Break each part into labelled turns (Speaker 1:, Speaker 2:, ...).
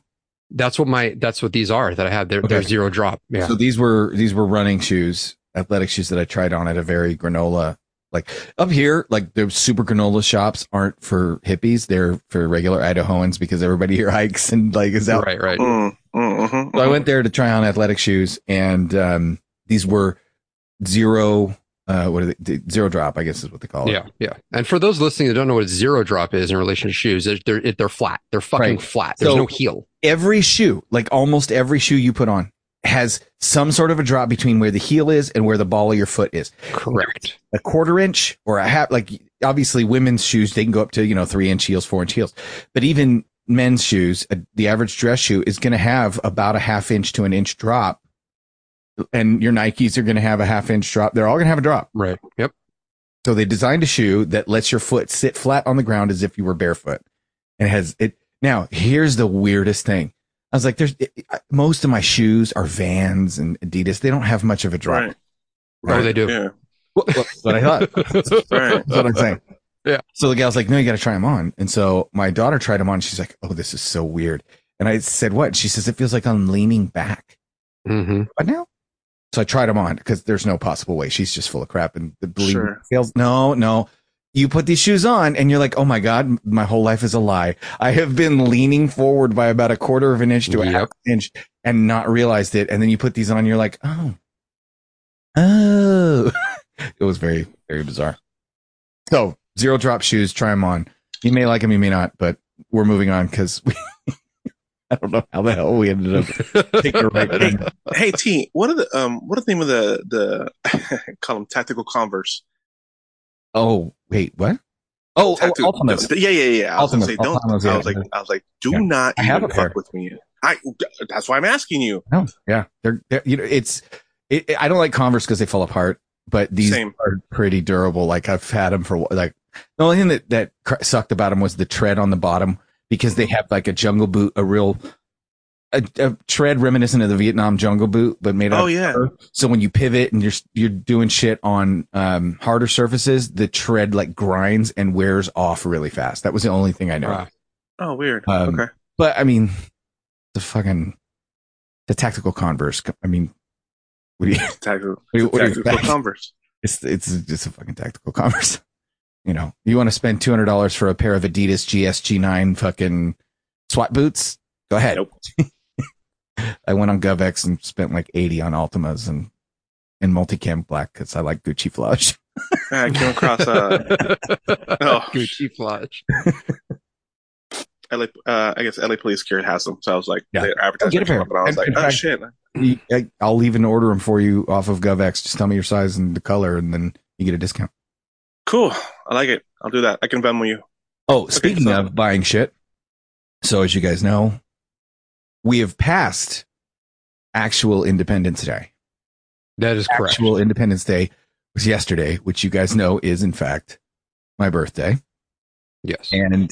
Speaker 1: that's what my that's what these are that I have. They're, they're
Speaker 2: Okay.
Speaker 1: zero drop. Yeah.
Speaker 2: So these were these were running shoes, athletic shoes that I tried on at a very granola like up here, like the super granola shops aren't for hippies, they're for regular Idahoans because everybody here hikes and like is out.
Speaker 1: right, right.
Speaker 3: Mm, mm, mhm,
Speaker 2: So I
Speaker 3: mhm.
Speaker 2: went there to try on athletic shoes and um these were zero uh what are they zero drop, I guess is what they
Speaker 3: Oh.
Speaker 2: call it.
Speaker 1: Yeah, yeah. And for those listening that don't know what zero drop is in relation to shoes, they're they're, it- they're flat. They're fucking
Speaker 2: Right.
Speaker 1: flat. There's
Speaker 2: So-
Speaker 1: no heel.
Speaker 2: every shoe, like almost every shoe you put on, has some sort of a drop between where the heel is and where the ball of your foot is.
Speaker 1: Correct.
Speaker 2: A quarter inch or a half, like obviously women's shoes, they can go up to, you know, three inch heels, four inch heels. But even men's shoes, uh, the average dress shoe is going to have about a half inch to an inch drop. And your Nikes are going to have a half inch drop. They're all going to have a drop.
Speaker 1: Right. Yep.
Speaker 2: So they designed a shoe that lets your foot sit flat on the ground as if you were barefoot. And it has it. Now, here's the weirdest thing. I was like, there's it, it- I- most of my shoes are Vans and Adidas. They don't have much of a drop.
Speaker 3: Right.
Speaker 1: Oh, they do.
Speaker 3: Yeah.
Speaker 2: That's what I thought.
Speaker 3: Right.
Speaker 2: That's what I'm saying.
Speaker 1: Yeah.
Speaker 2: So the gal's like, no, you got to try them on. And so my daughter tried them on. She's like, oh, this is so weird. And I said, what? She says, it feels like I'm leaning back.
Speaker 1: hmm
Speaker 2: But now, Uh, so I tried them on because there's no possible way. She's just full of crap and the believe
Speaker 3: Sure.
Speaker 2: fails. No, no. You put these shoes on and you're like, oh my God, my whole life is a lie. I have been leaning forward by about a quarter of an inch to a
Speaker 1: Yep.
Speaker 2: half inch and not realized it. And then you put these on and you're like, oh, oh. it was very, very bizarre. So zero drop shoes, try them on. You may like them, you may not, but we're moving on because we, I don't know how the hell we ended up taking the right thing.
Speaker 3: Hey T, what are the um what are the name of the the call them tactical converse?
Speaker 2: Oh, wait, what? Oh, oh
Speaker 3: Tactical,
Speaker 2: Ultimus.
Speaker 3: Yeah, yeah, yeah. I was gonna say
Speaker 2: Ultimus,
Speaker 3: don't
Speaker 2: Ultimus,
Speaker 3: I
Speaker 2: yeah.
Speaker 3: was like I was like, do
Speaker 2: Yeah.
Speaker 3: not
Speaker 2: I have
Speaker 3: even
Speaker 2: a pair.
Speaker 3: fuck with me. I that's why I'm asking you.
Speaker 2: No, yeah, they're, they're you know it's it, it- I don't like Converse because they fall apart, but these
Speaker 3: Same.
Speaker 2: are pretty durable. Like I've had them for like the only thing that that cr- sucked about them was the tread on the bottom because
Speaker 3: Mm-hmm.
Speaker 2: they have like a jungle boot, a real a, a tread reminiscent of the Vietnam jungle boot, but made out.
Speaker 3: Oh
Speaker 2: of
Speaker 3: yeah.
Speaker 2: fur. So when you pivot and you're you're doing shit on um, harder surfaces, the tread like grinds and wears off really fast. That was the only thing I know.
Speaker 1: Wow.
Speaker 3: Oh weird.
Speaker 2: Um,
Speaker 3: okay.
Speaker 2: But I mean, the fucking the tactical Converse. I mean, what do you?
Speaker 3: Tactical,
Speaker 2: What do you- what do you
Speaker 3: tactical
Speaker 2: expect?
Speaker 3: converse.
Speaker 2: It's it's just a fucking tactical Converse. You know, you want to spend two hundred dollars for a pair of Adidas GSG nine fucking SWAT boots? Go ahead.
Speaker 3: Nope.
Speaker 2: I went on GovX and spent like eighty on Altimas and and multicam black because I like Gucci flush.
Speaker 3: Ah, I came across uh oh,
Speaker 1: Gucci flush.
Speaker 3: LA uh I guess LA police care has them. So I was like
Speaker 2: Yeah.
Speaker 3: they're advertising
Speaker 2: Get a pair.
Speaker 3: but I was like,
Speaker 2: In
Speaker 3: oh
Speaker 2: fact-
Speaker 3: shit.
Speaker 2: You- I- I'll even order them for you off of GovX. Just tell me your size and the color, and then you get a discount.
Speaker 3: Cool. I like it. I'll do that. I can Venmo you.
Speaker 2: Oh, speaking
Speaker 3: so-
Speaker 2: of buying shit, so as you guys know, we have passed actual Independence Day.
Speaker 1: That is correct.
Speaker 2: Actual Independence Day was yesterday, which you guys know is in fact my birthday,
Speaker 1: yes.
Speaker 2: and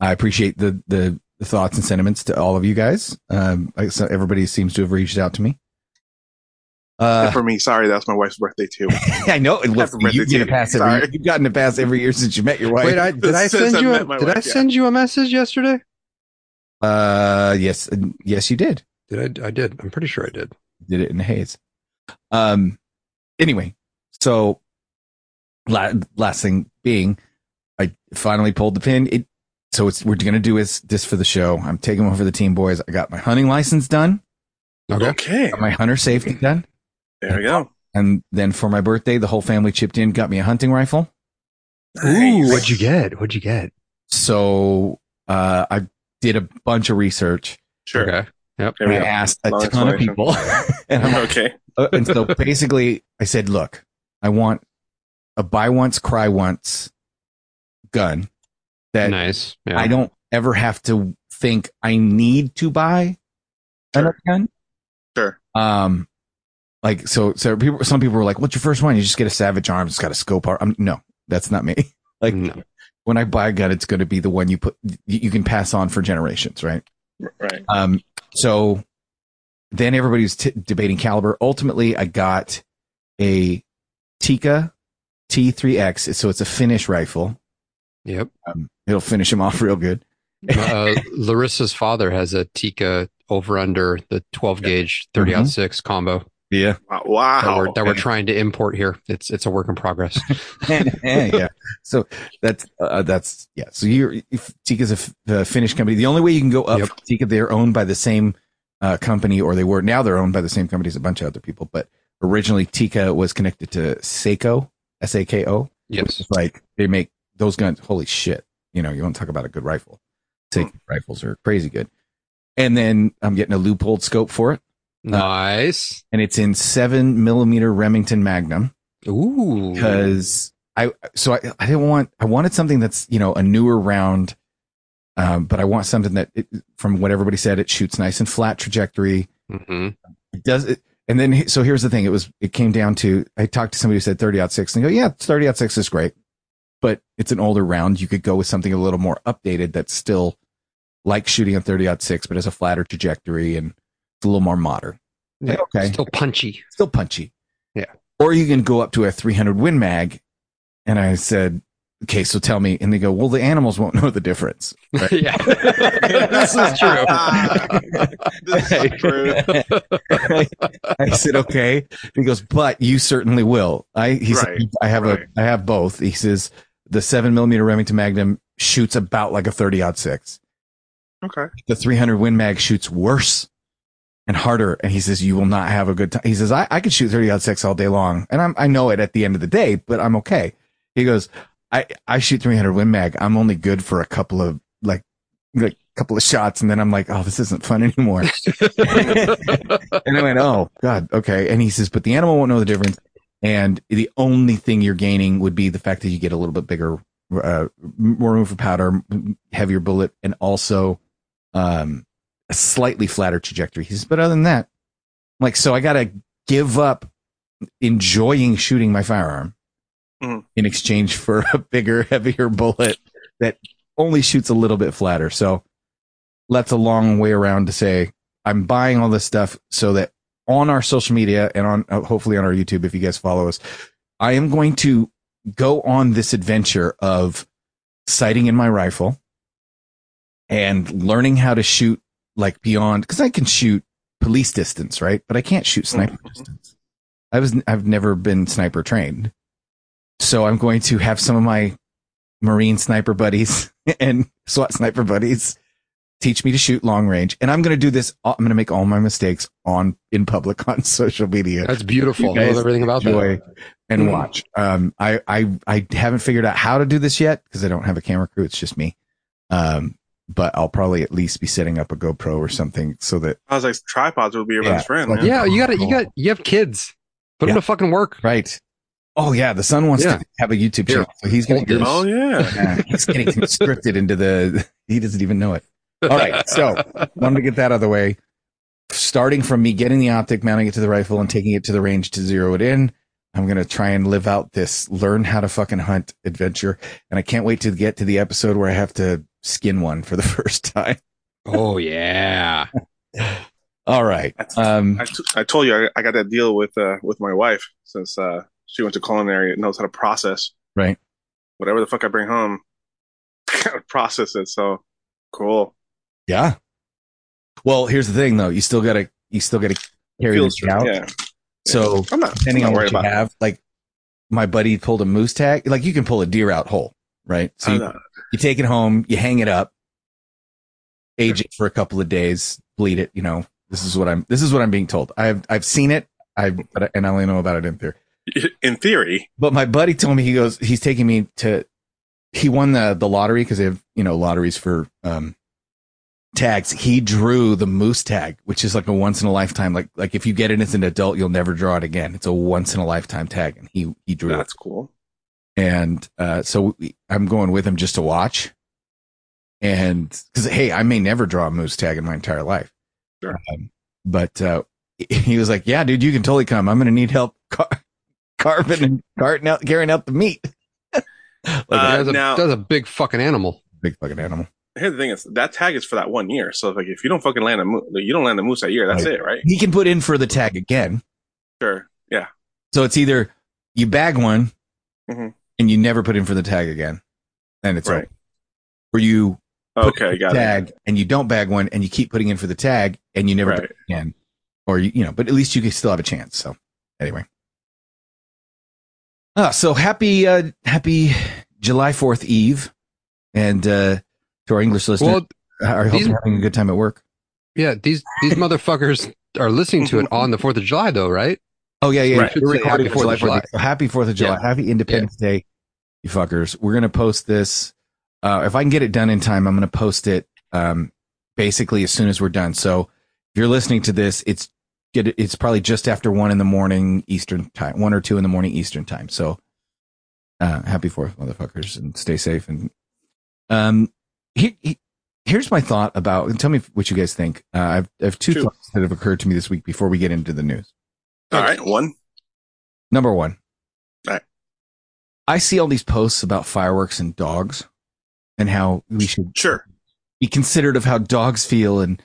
Speaker 2: I appreciate the the, the thoughts and sentiments to all of you guys. Um, I, so everybody seems to have reached out to me.
Speaker 3: And
Speaker 2: Uh,
Speaker 3: for me, sorry, that's my wife's birthday too.
Speaker 2: I know. and Look,
Speaker 3: Happy birthday
Speaker 2: you
Speaker 3: to
Speaker 2: get a
Speaker 3: you.
Speaker 2: pass
Speaker 3: Sorry. uh,
Speaker 2: every, you've gotten a pass every year since you met your wife.
Speaker 1: Wait, I, did I
Speaker 3: Since
Speaker 1: send
Speaker 3: I
Speaker 1: you?
Speaker 3: met my
Speaker 1: A, did
Speaker 3: wife,
Speaker 1: I
Speaker 3: yeah.
Speaker 1: send you a message yesterday?
Speaker 2: uh, yes, yes, you did.
Speaker 1: Did I? I did. I'm pretty sure I did.
Speaker 2: did it in haze. Um, anyway, so la- last thing being, I finally pulled the pin. It so it's we're gonna do is this for the show. I'm taking one for the team boys. I got my hunting license done,
Speaker 1: Okay.
Speaker 3: Okay.
Speaker 2: got my hunter safety done,
Speaker 3: There we go.
Speaker 2: and then for my birthday, the whole family chipped in, got me a hunting rifle.
Speaker 3: Nice.
Speaker 1: Ooh, what'd you get? What'd you get?
Speaker 2: So uh, I did a bunch of research.
Speaker 3: Sure.
Speaker 1: Okay.
Speaker 3: There
Speaker 2: And
Speaker 3: we
Speaker 2: I
Speaker 3: go.
Speaker 2: asked a
Speaker 3: Long
Speaker 2: ton of
Speaker 3: explanation.
Speaker 2: people, and I'm like,
Speaker 3: Okay.
Speaker 2: Uh, and so basically I said, look, I want a buy once, cry once gun that
Speaker 1: nice. Yeah.
Speaker 2: I don't ever have to think I need to buy another gun.
Speaker 3: Sure.
Speaker 2: Um, like so, so people. Some people were like, "What's your first one?" You just get a Savage Arms. It's got a scope. Ar-. I'm, no, that's not me. Like
Speaker 1: No.
Speaker 2: when I buy a gun, it's going to be the one you put you, you can pass on for generations, right?
Speaker 3: Right.
Speaker 2: Um, so then everybody was t- debating caliber. Ultimately, I got a Tika T3X. So it's a Finnish rifle.
Speaker 1: Yep.
Speaker 2: Um, it'll finish him off real good.
Speaker 1: Uh, Larissa's father has a Tika over under the 12 gauge 30
Speaker 2: Mm-hmm.
Speaker 1: out 6 combo
Speaker 2: Yeah.
Speaker 3: Wow.
Speaker 1: that, we're,
Speaker 3: wow.
Speaker 1: that we're trying to import here. It's it's a work in progress.
Speaker 2: yeah. So that's uh, that's yeah. So you're if Tika's a f- a Finnish company. The only way you can go up
Speaker 1: Yep.
Speaker 2: Tika, they're owned by the same uh, company, or they were now they're owned by the same company as a bunch of other people. But originally Tika was connected to Seiko, S A K O.
Speaker 1: Yes.
Speaker 2: It's like they make those guns. Holy shit! You know, you want to talk about a good rifle? Seiko rifles are crazy good. And then I'm getting a loopholed scope for it,
Speaker 1: Nice.
Speaker 2: and it's in seven millimeter Remington Magnum
Speaker 1: Ooh.
Speaker 2: because I so I, I didn't want I wanted something that's you know a newer round, um, but I want something that it, from what everybody said it shoots nice and flat trajectory.
Speaker 1: Mhm.
Speaker 2: It does it, and then he- so here's the thing: it was it came down to I talked to somebody who said thirty out six and they go yeah thirty out six is great, but it's an older round. You could go with something a little more updated that's still like shooting a thirty out six, but has a flatter trajectory and it's a little more modern.
Speaker 1: Yeah.
Speaker 2: Like, okay,
Speaker 1: Still punchy.
Speaker 2: still punchy.
Speaker 1: Yeah.
Speaker 2: Or you can go up to a 300 Win Mag. And I said, okay, so tell me. And they go, well, the animals won't know the difference.
Speaker 1: yeah. this is true.
Speaker 4: this is not true.
Speaker 2: I said, okay. He goes, but you certainly will. I, he
Speaker 3: Right,
Speaker 2: said, I have
Speaker 3: right.
Speaker 2: a, I have both. He says, the seven millimeter Remington Magnum shoots about like a 30 odd six.
Speaker 3: Okay.
Speaker 2: The 300 Win Mag shoots worse and harder. And he says, you will not have a good time. He says, I, I could shoot 30 odd six all day long. And I'm, I know it at the end of the day, but I'm okay. He goes, I, I shoot 300 Win Mag. I'm only good for a couple of like, like couple of shots. And then I'm like, oh, this isn't fun anymore. And I went, oh, God, okay. And he says, but the animal won't know the difference. And the only thing you're gaining would be the fact that you get a little bit bigger, uh, more room for powder, m- heavier bullet, and also um, a slightly flatter trajectory. He says, but other than that, I'm like, so I got to give up enjoying shooting my firearm
Speaker 3: Mhm.
Speaker 2: in exchange for a bigger, heavier bullet that only shoots a little bit flatter. So that's a long way around to say I'm buying all this stuff so that on our social media and on uh, hopefully on our YouTube, if you guys follow us, I am going to go on this adventure of sighting in my rifle and learning how to shoot like beyond because I can shoot police distance, right? But I can't shoot sniper distance. I was I've never been sniper trained, so I'm going to have some of my Marine sniper buddies and SWAT sniper buddies teach me to shoot long range and i'm going to do this uh, i'm going to make all my mistakes on in public on social media
Speaker 1: That's beautiful.
Speaker 2: You
Speaker 1: I
Speaker 2: guys
Speaker 1: love everything about that.
Speaker 2: enjoy and
Speaker 1: Mhm.
Speaker 2: watch um i i i haven't figured out how to do this yet because i don't have a camera crew it's just me um but i'll probably at least be setting up a gopro or something so that
Speaker 3: I was like, tripods would be your
Speaker 2: Yeah.
Speaker 3: best friend, man.
Speaker 1: Yeah, you got it. You got you have kids. Put them to fucking work.
Speaker 2: right oh yeah the son wants
Speaker 1: Yeah.
Speaker 2: to have a youtube
Speaker 1: Here,
Speaker 2: channel so he's going
Speaker 1: hold
Speaker 2: to
Speaker 1: this.
Speaker 3: Oh yeah.
Speaker 2: yeah, Uh, he's getting conscripted into the he doesn't even know it all right so wanted to get that out of the way starting from me getting the optic mounting it to the rifle and taking it to the range to zero it in i'm going to try and live out this learn how to fucking hunt adventure and i can't wait to get to the episode where i have to skin one for the first time
Speaker 1: Oh yeah.
Speaker 2: all right um
Speaker 3: I, t- I told you I, I got that deal with uh, with my wife since uh, she went to culinary and knows how to process.
Speaker 2: Right.
Speaker 3: Whatever the fuck I bring home, gotta process it. So cool.
Speaker 2: yeah well here's the thing though you still gotta you still gotta carry
Speaker 3: Feels
Speaker 2: this out
Speaker 3: Yeah.
Speaker 2: so
Speaker 3: I'm not.
Speaker 2: depending
Speaker 3: I'm
Speaker 2: on
Speaker 3: not
Speaker 2: what
Speaker 3: worried
Speaker 2: you
Speaker 3: about. it.
Speaker 2: have like my buddy pulled a moose tag like you can pull a deer out whole right so
Speaker 3: I'm
Speaker 2: you
Speaker 3: not-
Speaker 2: you take it home, you hang it up, age it for a couple of days, bleed it. You know, this is what I'm. This is what I'm being told. I've I've seen it. I but I- and I only know about it in theory.
Speaker 3: in theory,
Speaker 2: But my buddy told me he goes. He's taking me to. He won the the lottery because they have you know lotteries for um tags. He drew the moose tag, which is like a once in a lifetime. Like like if you get it as an adult, you'll never draw it again. It's a once in a lifetime tag, and he he drew it.
Speaker 3: that's cool.
Speaker 2: and uh, so we, I'm going with him just to watch. And because hey, I may never draw a moose tag in my entire life.
Speaker 3: Sure.
Speaker 2: Um, but uh, he was like, "Yeah, dude, you can totally come. I'm going to need help car- carving and carting out, carrying out the meat." like
Speaker 3: Uh,
Speaker 1: that's, a,
Speaker 3: now-
Speaker 1: that's a big fucking animal.
Speaker 2: a big fucking animal.
Speaker 3: Here's the thing: is that tag is for that one year. So like, if you don't fucking land a moose, you don't land the moose that year. That's
Speaker 2: Right.
Speaker 3: it, right?
Speaker 2: He can put in for the tag again.
Speaker 3: Sure. Yeah.
Speaker 2: So it's either you bag one
Speaker 3: Mhm.
Speaker 2: and you never put in for the tag again, and it's
Speaker 3: Right.
Speaker 2: over. Or you Put
Speaker 3: Okay. Got
Speaker 2: tag
Speaker 3: it.
Speaker 2: and you don't bag one and you keep putting in for the tag and you never
Speaker 3: Right.
Speaker 2: bag again. Or you, you know, but at least you can still have a chance. So anyway. Ah, so happy uh happy July 4th Eve and uh to our English listeners.
Speaker 1: Well,
Speaker 2: I hope
Speaker 1: these-
Speaker 2: you're having a good time at work.
Speaker 1: yeah, these these motherfuckers are listening to it on the Fourth of July, though, right?
Speaker 2: Oh yeah, yeah.
Speaker 3: Right.
Speaker 2: We're recording
Speaker 1: Happy 4th of
Speaker 2: July 4th.
Speaker 1: July.
Speaker 2: So happy Fourth of July.
Speaker 1: Yeah.
Speaker 2: Happy Independence Day, you fuckers. We're gonna post this. Uh, if I can get it done in time, I'm gonna post it. Um, basically as soon as we're done. So if you're listening to this, it's get it's probably just after one in the morning Eastern time, one or two in the morning Eastern time. So uh, happy Fourth, motherfuckers, and stay safe. And um, he, he- here's my thought about. And tell me what you guys think. Uh, I've I have two
Speaker 3: Shoot.
Speaker 2: thoughts that have occurred to me this week before we get into the news.
Speaker 3: All right. One.
Speaker 2: Number one.
Speaker 3: Alright.
Speaker 2: I see all these posts about fireworks and dogs and how we should
Speaker 3: Sure.
Speaker 2: be considerate of how dogs feel and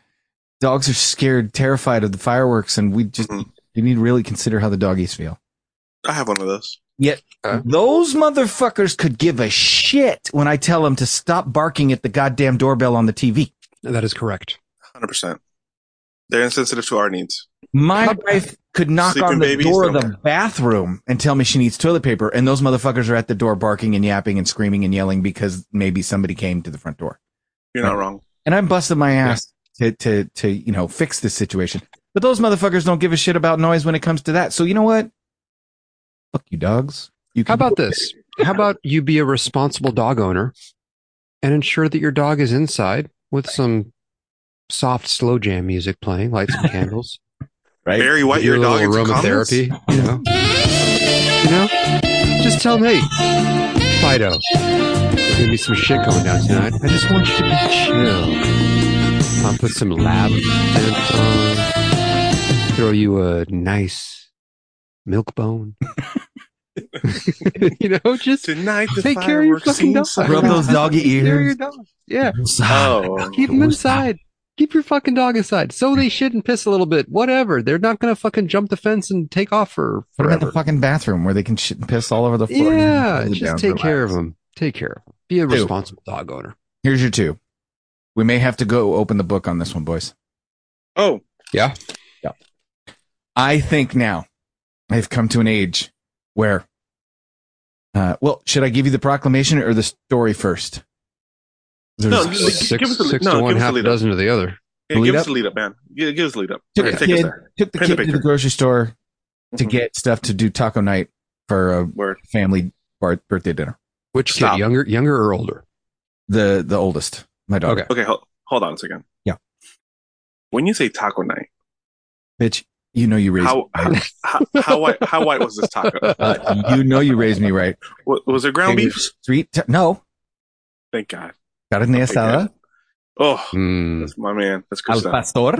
Speaker 2: dogs are scared, terrified of the fireworks, and we just
Speaker 3: Mhm.
Speaker 2: we need to really consider how the doggies feel.
Speaker 3: I have one of those.
Speaker 1: Uh.
Speaker 2: Those motherfuckers could give a shit when I tell them to stop barking at the goddamn doorbell on the TV.
Speaker 1: That is correct.
Speaker 3: Hundred percent. They're insensitive to our needs.
Speaker 2: My
Speaker 1: How-
Speaker 2: wife could knock
Speaker 3: Sleeping
Speaker 2: on the
Speaker 3: babies
Speaker 2: door of
Speaker 3: don't
Speaker 2: the
Speaker 3: care.
Speaker 2: bathroom and tell me she needs toilet paper, and those motherfuckers are at the door barking and yapping and screaming and yelling because maybe somebody came to the front door.
Speaker 3: You're not wrong.
Speaker 2: And I'm busting my ass to to to you know fix this situation. But those motherfuckers don't give a shit about noise when it comes to that. So you know what? Fuck you, dogs. You
Speaker 1: How about this? How about you be a responsible dog owner and ensure that your dog is inside with some soft slow jam music playing, light some candles,
Speaker 2: right?
Speaker 3: Barry White,
Speaker 1: do
Speaker 3: your
Speaker 1: a
Speaker 3: dog.
Speaker 1: little
Speaker 3: into comments?
Speaker 1: aromatherapy, you know. You know? Just tell me, Fido, there's gonna be some shit going down tonight. I just want you to be chill. I'll put some lab scents on, throw you a nice milk bone. you know, just
Speaker 3: Tonight, the
Speaker 1: Take care of your
Speaker 3: fireworks seems
Speaker 1: fucking dog.
Speaker 3: so-
Speaker 2: Rub those doggy
Speaker 1: Take care of your
Speaker 2: ears.
Speaker 1: dog. Yeah.
Speaker 3: Oh,
Speaker 1: Keep them inside. Keep your fucking dog inside. So they shit and piss a little bit. Whatever. They're not gonna fucking jump the fence and take off for
Speaker 2: What about the
Speaker 1: forever.
Speaker 2: fucking bathroom where they can shit and piss all over the floor?
Speaker 1: Yeah.
Speaker 2: Hold it down,
Speaker 1: Just take care of
Speaker 2: relax.
Speaker 1: them. Take care of them. Be a
Speaker 2: Dude.
Speaker 1: responsible dog owner.
Speaker 2: Here's your two. We may have to go open the book on this one, boys.
Speaker 3: oh,
Speaker 2: I think now I've come to an age where, uh, well, should I give you the proclamation or the story first? There's-
Speaker 3: No,
Speaker 1: Six,
Speaker 3: Give us the-
Speaker 1: six, six
Speaker 3: no,
Speaker 1: to one,
Speaker 3: give us the
Speaker 1: half a
Speaker 3: lead up.
Speaker 1: dozen to the other.
Speaker 3: yeah,
Speaker 2: Lead
Speaker 3: give us
Speaker 2: up?
Speaker 3: the lead up, man. Yeah, give us the lead up.
Speaker 2: Took
Speaker 3: Okay,
Speaker 2: the
Speaker 3: take us
Speaker 2: kid-
Speaker 3: there.
Speaker 2: took the
Speaker 3: Paint the
Speaker 2: kid to the
Speaker 3: picture.
Speaker 2: grocery store to
Speaker 3: Mhm.
Speaker 2: get stuff to do taco night for a
Speaker 3: Word.
Speaker 2: family bar- birthday dinner.
Speaker 1: Which
Speaker 3: Stop.
Speaker 1: kid? Younger younger or older?
Speaker 2: The the oldest, my daughter.
Speaker 1: Okay.
Speaker 3: Okay, hold, hold on a second.
Speaker 2: Yeah.
Speaker 3: When you say taco night,
Speaker 2: Bitch, you know you raised
Speaker 3: how how, how how white how white was this taco?
Speaker 2: uh, you know you raised me right.
Speaker 3: Was, was there ground
Speaker 2: It
Speaker 3: beef?
Speaker 2: was Sweet ta- no.
Speaker 3: Thank God.
Speaker 2: Carne
Speaker 3: Thank God.
Speaker 2: asada.
Speaker 3: Oh,
Speaker 1: Hmm.
Speaker 3: that's my man. That's good
Speaker 2: Al
Speaker 3: stuff.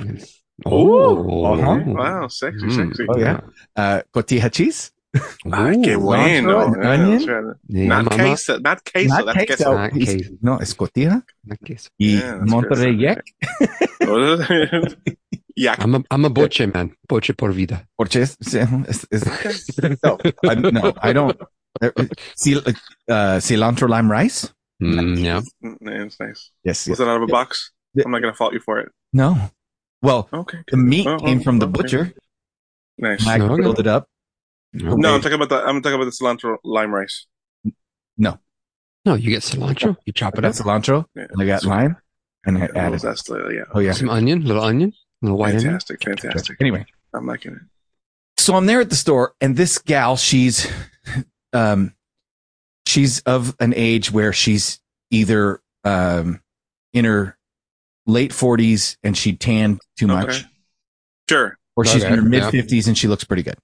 Speaker 2: pastor.
Speaker 1: Oh,
Speaker 2: Uh-huh.
Speaker 3: Wow, sexy,
Speaker 1: Mm.
Speaker 3: sexy.
Speaker 2: Oh, yeah. Uh, cotija cheese.
Speaker 3: I
Speaker 1: Ooh,
Speaker 3: can't wait.
Speaker 2: Ooh,
Speaker 3: No,
Speaker 2: and onion?
Speaker 1: yeah,
Speaker 3: Not
Speaker 1: mama.
Speaker 3: queso. Not queso.
Speaker 2: Not
Speaker 3: That's
Speaker 2: queso.
Speaker 3: queso.
Speaker 1: Not
Speaker 2: It's-
Speaker 1: queso.
Speaker 2: No, es cotija.
Speaker 1: Not queso.
Speaker 2: Y
Speaker 3: Yeah, that's
Speaker 2: Monterrey
Speaker 3: good.
Speaker 2: Jack.
Speaker 3: Yak.
Speaker 1: I'm a I'm a boche man. Boche por vida.
Speaker 2: Or just is, is, no, I, no, I don't. Uh, cil- uh, cilantro lime rice?
Speaker 1: Mm, yeah.
Speaker 3: Mm, yeah, it's nice.
Speaker 2: Yes, yes.
Speaker 3: Was it out of a box?
Speaker 2: Yeah.
Speaker 3: I'm not gonna fault you for it.
Speaker 2: No. Well,
Speaker 3: Okay,
Speaker 2: the meat
Speaker 3: Oh,
Speaker 2: came
Speaker 3: oh,
Speaker 2: from the
Speaker 3: okay.
Speaker 2: butcher.
Speaker 3: nice.
Speaker 2: and I
Speaker 1: Okay.
Speaker 2: grilled it up.
Speaker 3: No, I'm
Speaker 2: Okay.
Speaker 3: talking about the I'm talking about the cilantro lime rice.
Speaker 1: No, you get cilantro. You chop
Speaker 2: I
Speaker 1: it up.
Speaker 2: got cilantro
Speaker 3: Yeah.
Speaker 2: and I got lime and I
Speaker 3: Oh,
Speaker 2: added.
Speaker 3: that's the, yeah.
Speaker 2: Oh, yeah.
Speaker 1: Some onion, little onion, little white onion.
Speaker 3: fantastic, fantastic.
Speaker 2: Anyway,
Speaker 3: I'm liking it.
Speaker 2: so I'm there at the store and this gal, she's, um, she's of an age where she's either, um, in her late 40s and she tanned too much.
Speaker 3: Okay. Sure.
Speaker 2: or she's
Speaker 1: Okay.
Speaker 2: in her mid
Speaker 1: Yeah.
Speaker 2: 50s and she looks pretty good.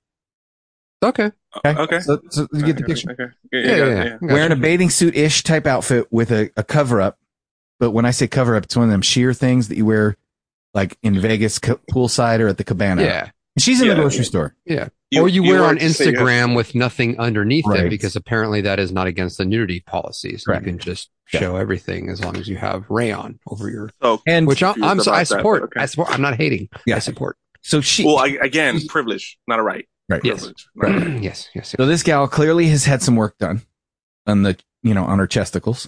Speaker 1: Okay.
Speaker 2: Okay.
Speaker 3: Okay.
Speaker 2: So, so you get the picture.
Speaker 3: Okay. Yeah,
Speaker 1: Yeah,
Speaker 3: yeah,
Speaker 1: yeah,
Speaker 3: yeah.
Speaker 1: yeah.
Speaker 2: Wearing a bathing suit ish type outfit with a, a cover up. But when I say cover up, it's one of them sheer things that you wear like in Vegas co- poolside or at the cabana.
Speaker 1: Yeah.
Speaker 2: And she's in the
Speaker 3: Yeah.
Speaker 2: grocery store.
Speaker 1: or you, wear on
Speaker 3: like to say, uh,
Speaker 1: Instagram with nothing underneath it
Speaker 2: Right.
Speaker 1: because apparently that is not against the nudity policies.
Speaker 2: Correct.
Speaker 1: You can just
Speaker 2: Yeah.
Speaker 1: show everything as long as you have rayon over your.
Speaker 3: So,
Speaker 2: And
Speaker 1: Which I, I'm
Speaker 3: confused
Speaker 1: so I
Speaker 3: about that,
Speaker 1: support.
Speaker 3: but okay.
Speaker 1: I support. I'm not hating.
Speaker 2: Yeah.
Speaker 1: I support.
Speaker 2: so she,
Speaker 3: well, I, again, privilege, not a right.
Speaker 2: right.
Speaker 1: Yes.
Speaker 3: Privilege. Not a right.
Speaker 1: yes, yes.
Speaker 2: So this gal clearly has had some work done on the, you know, on her chesticles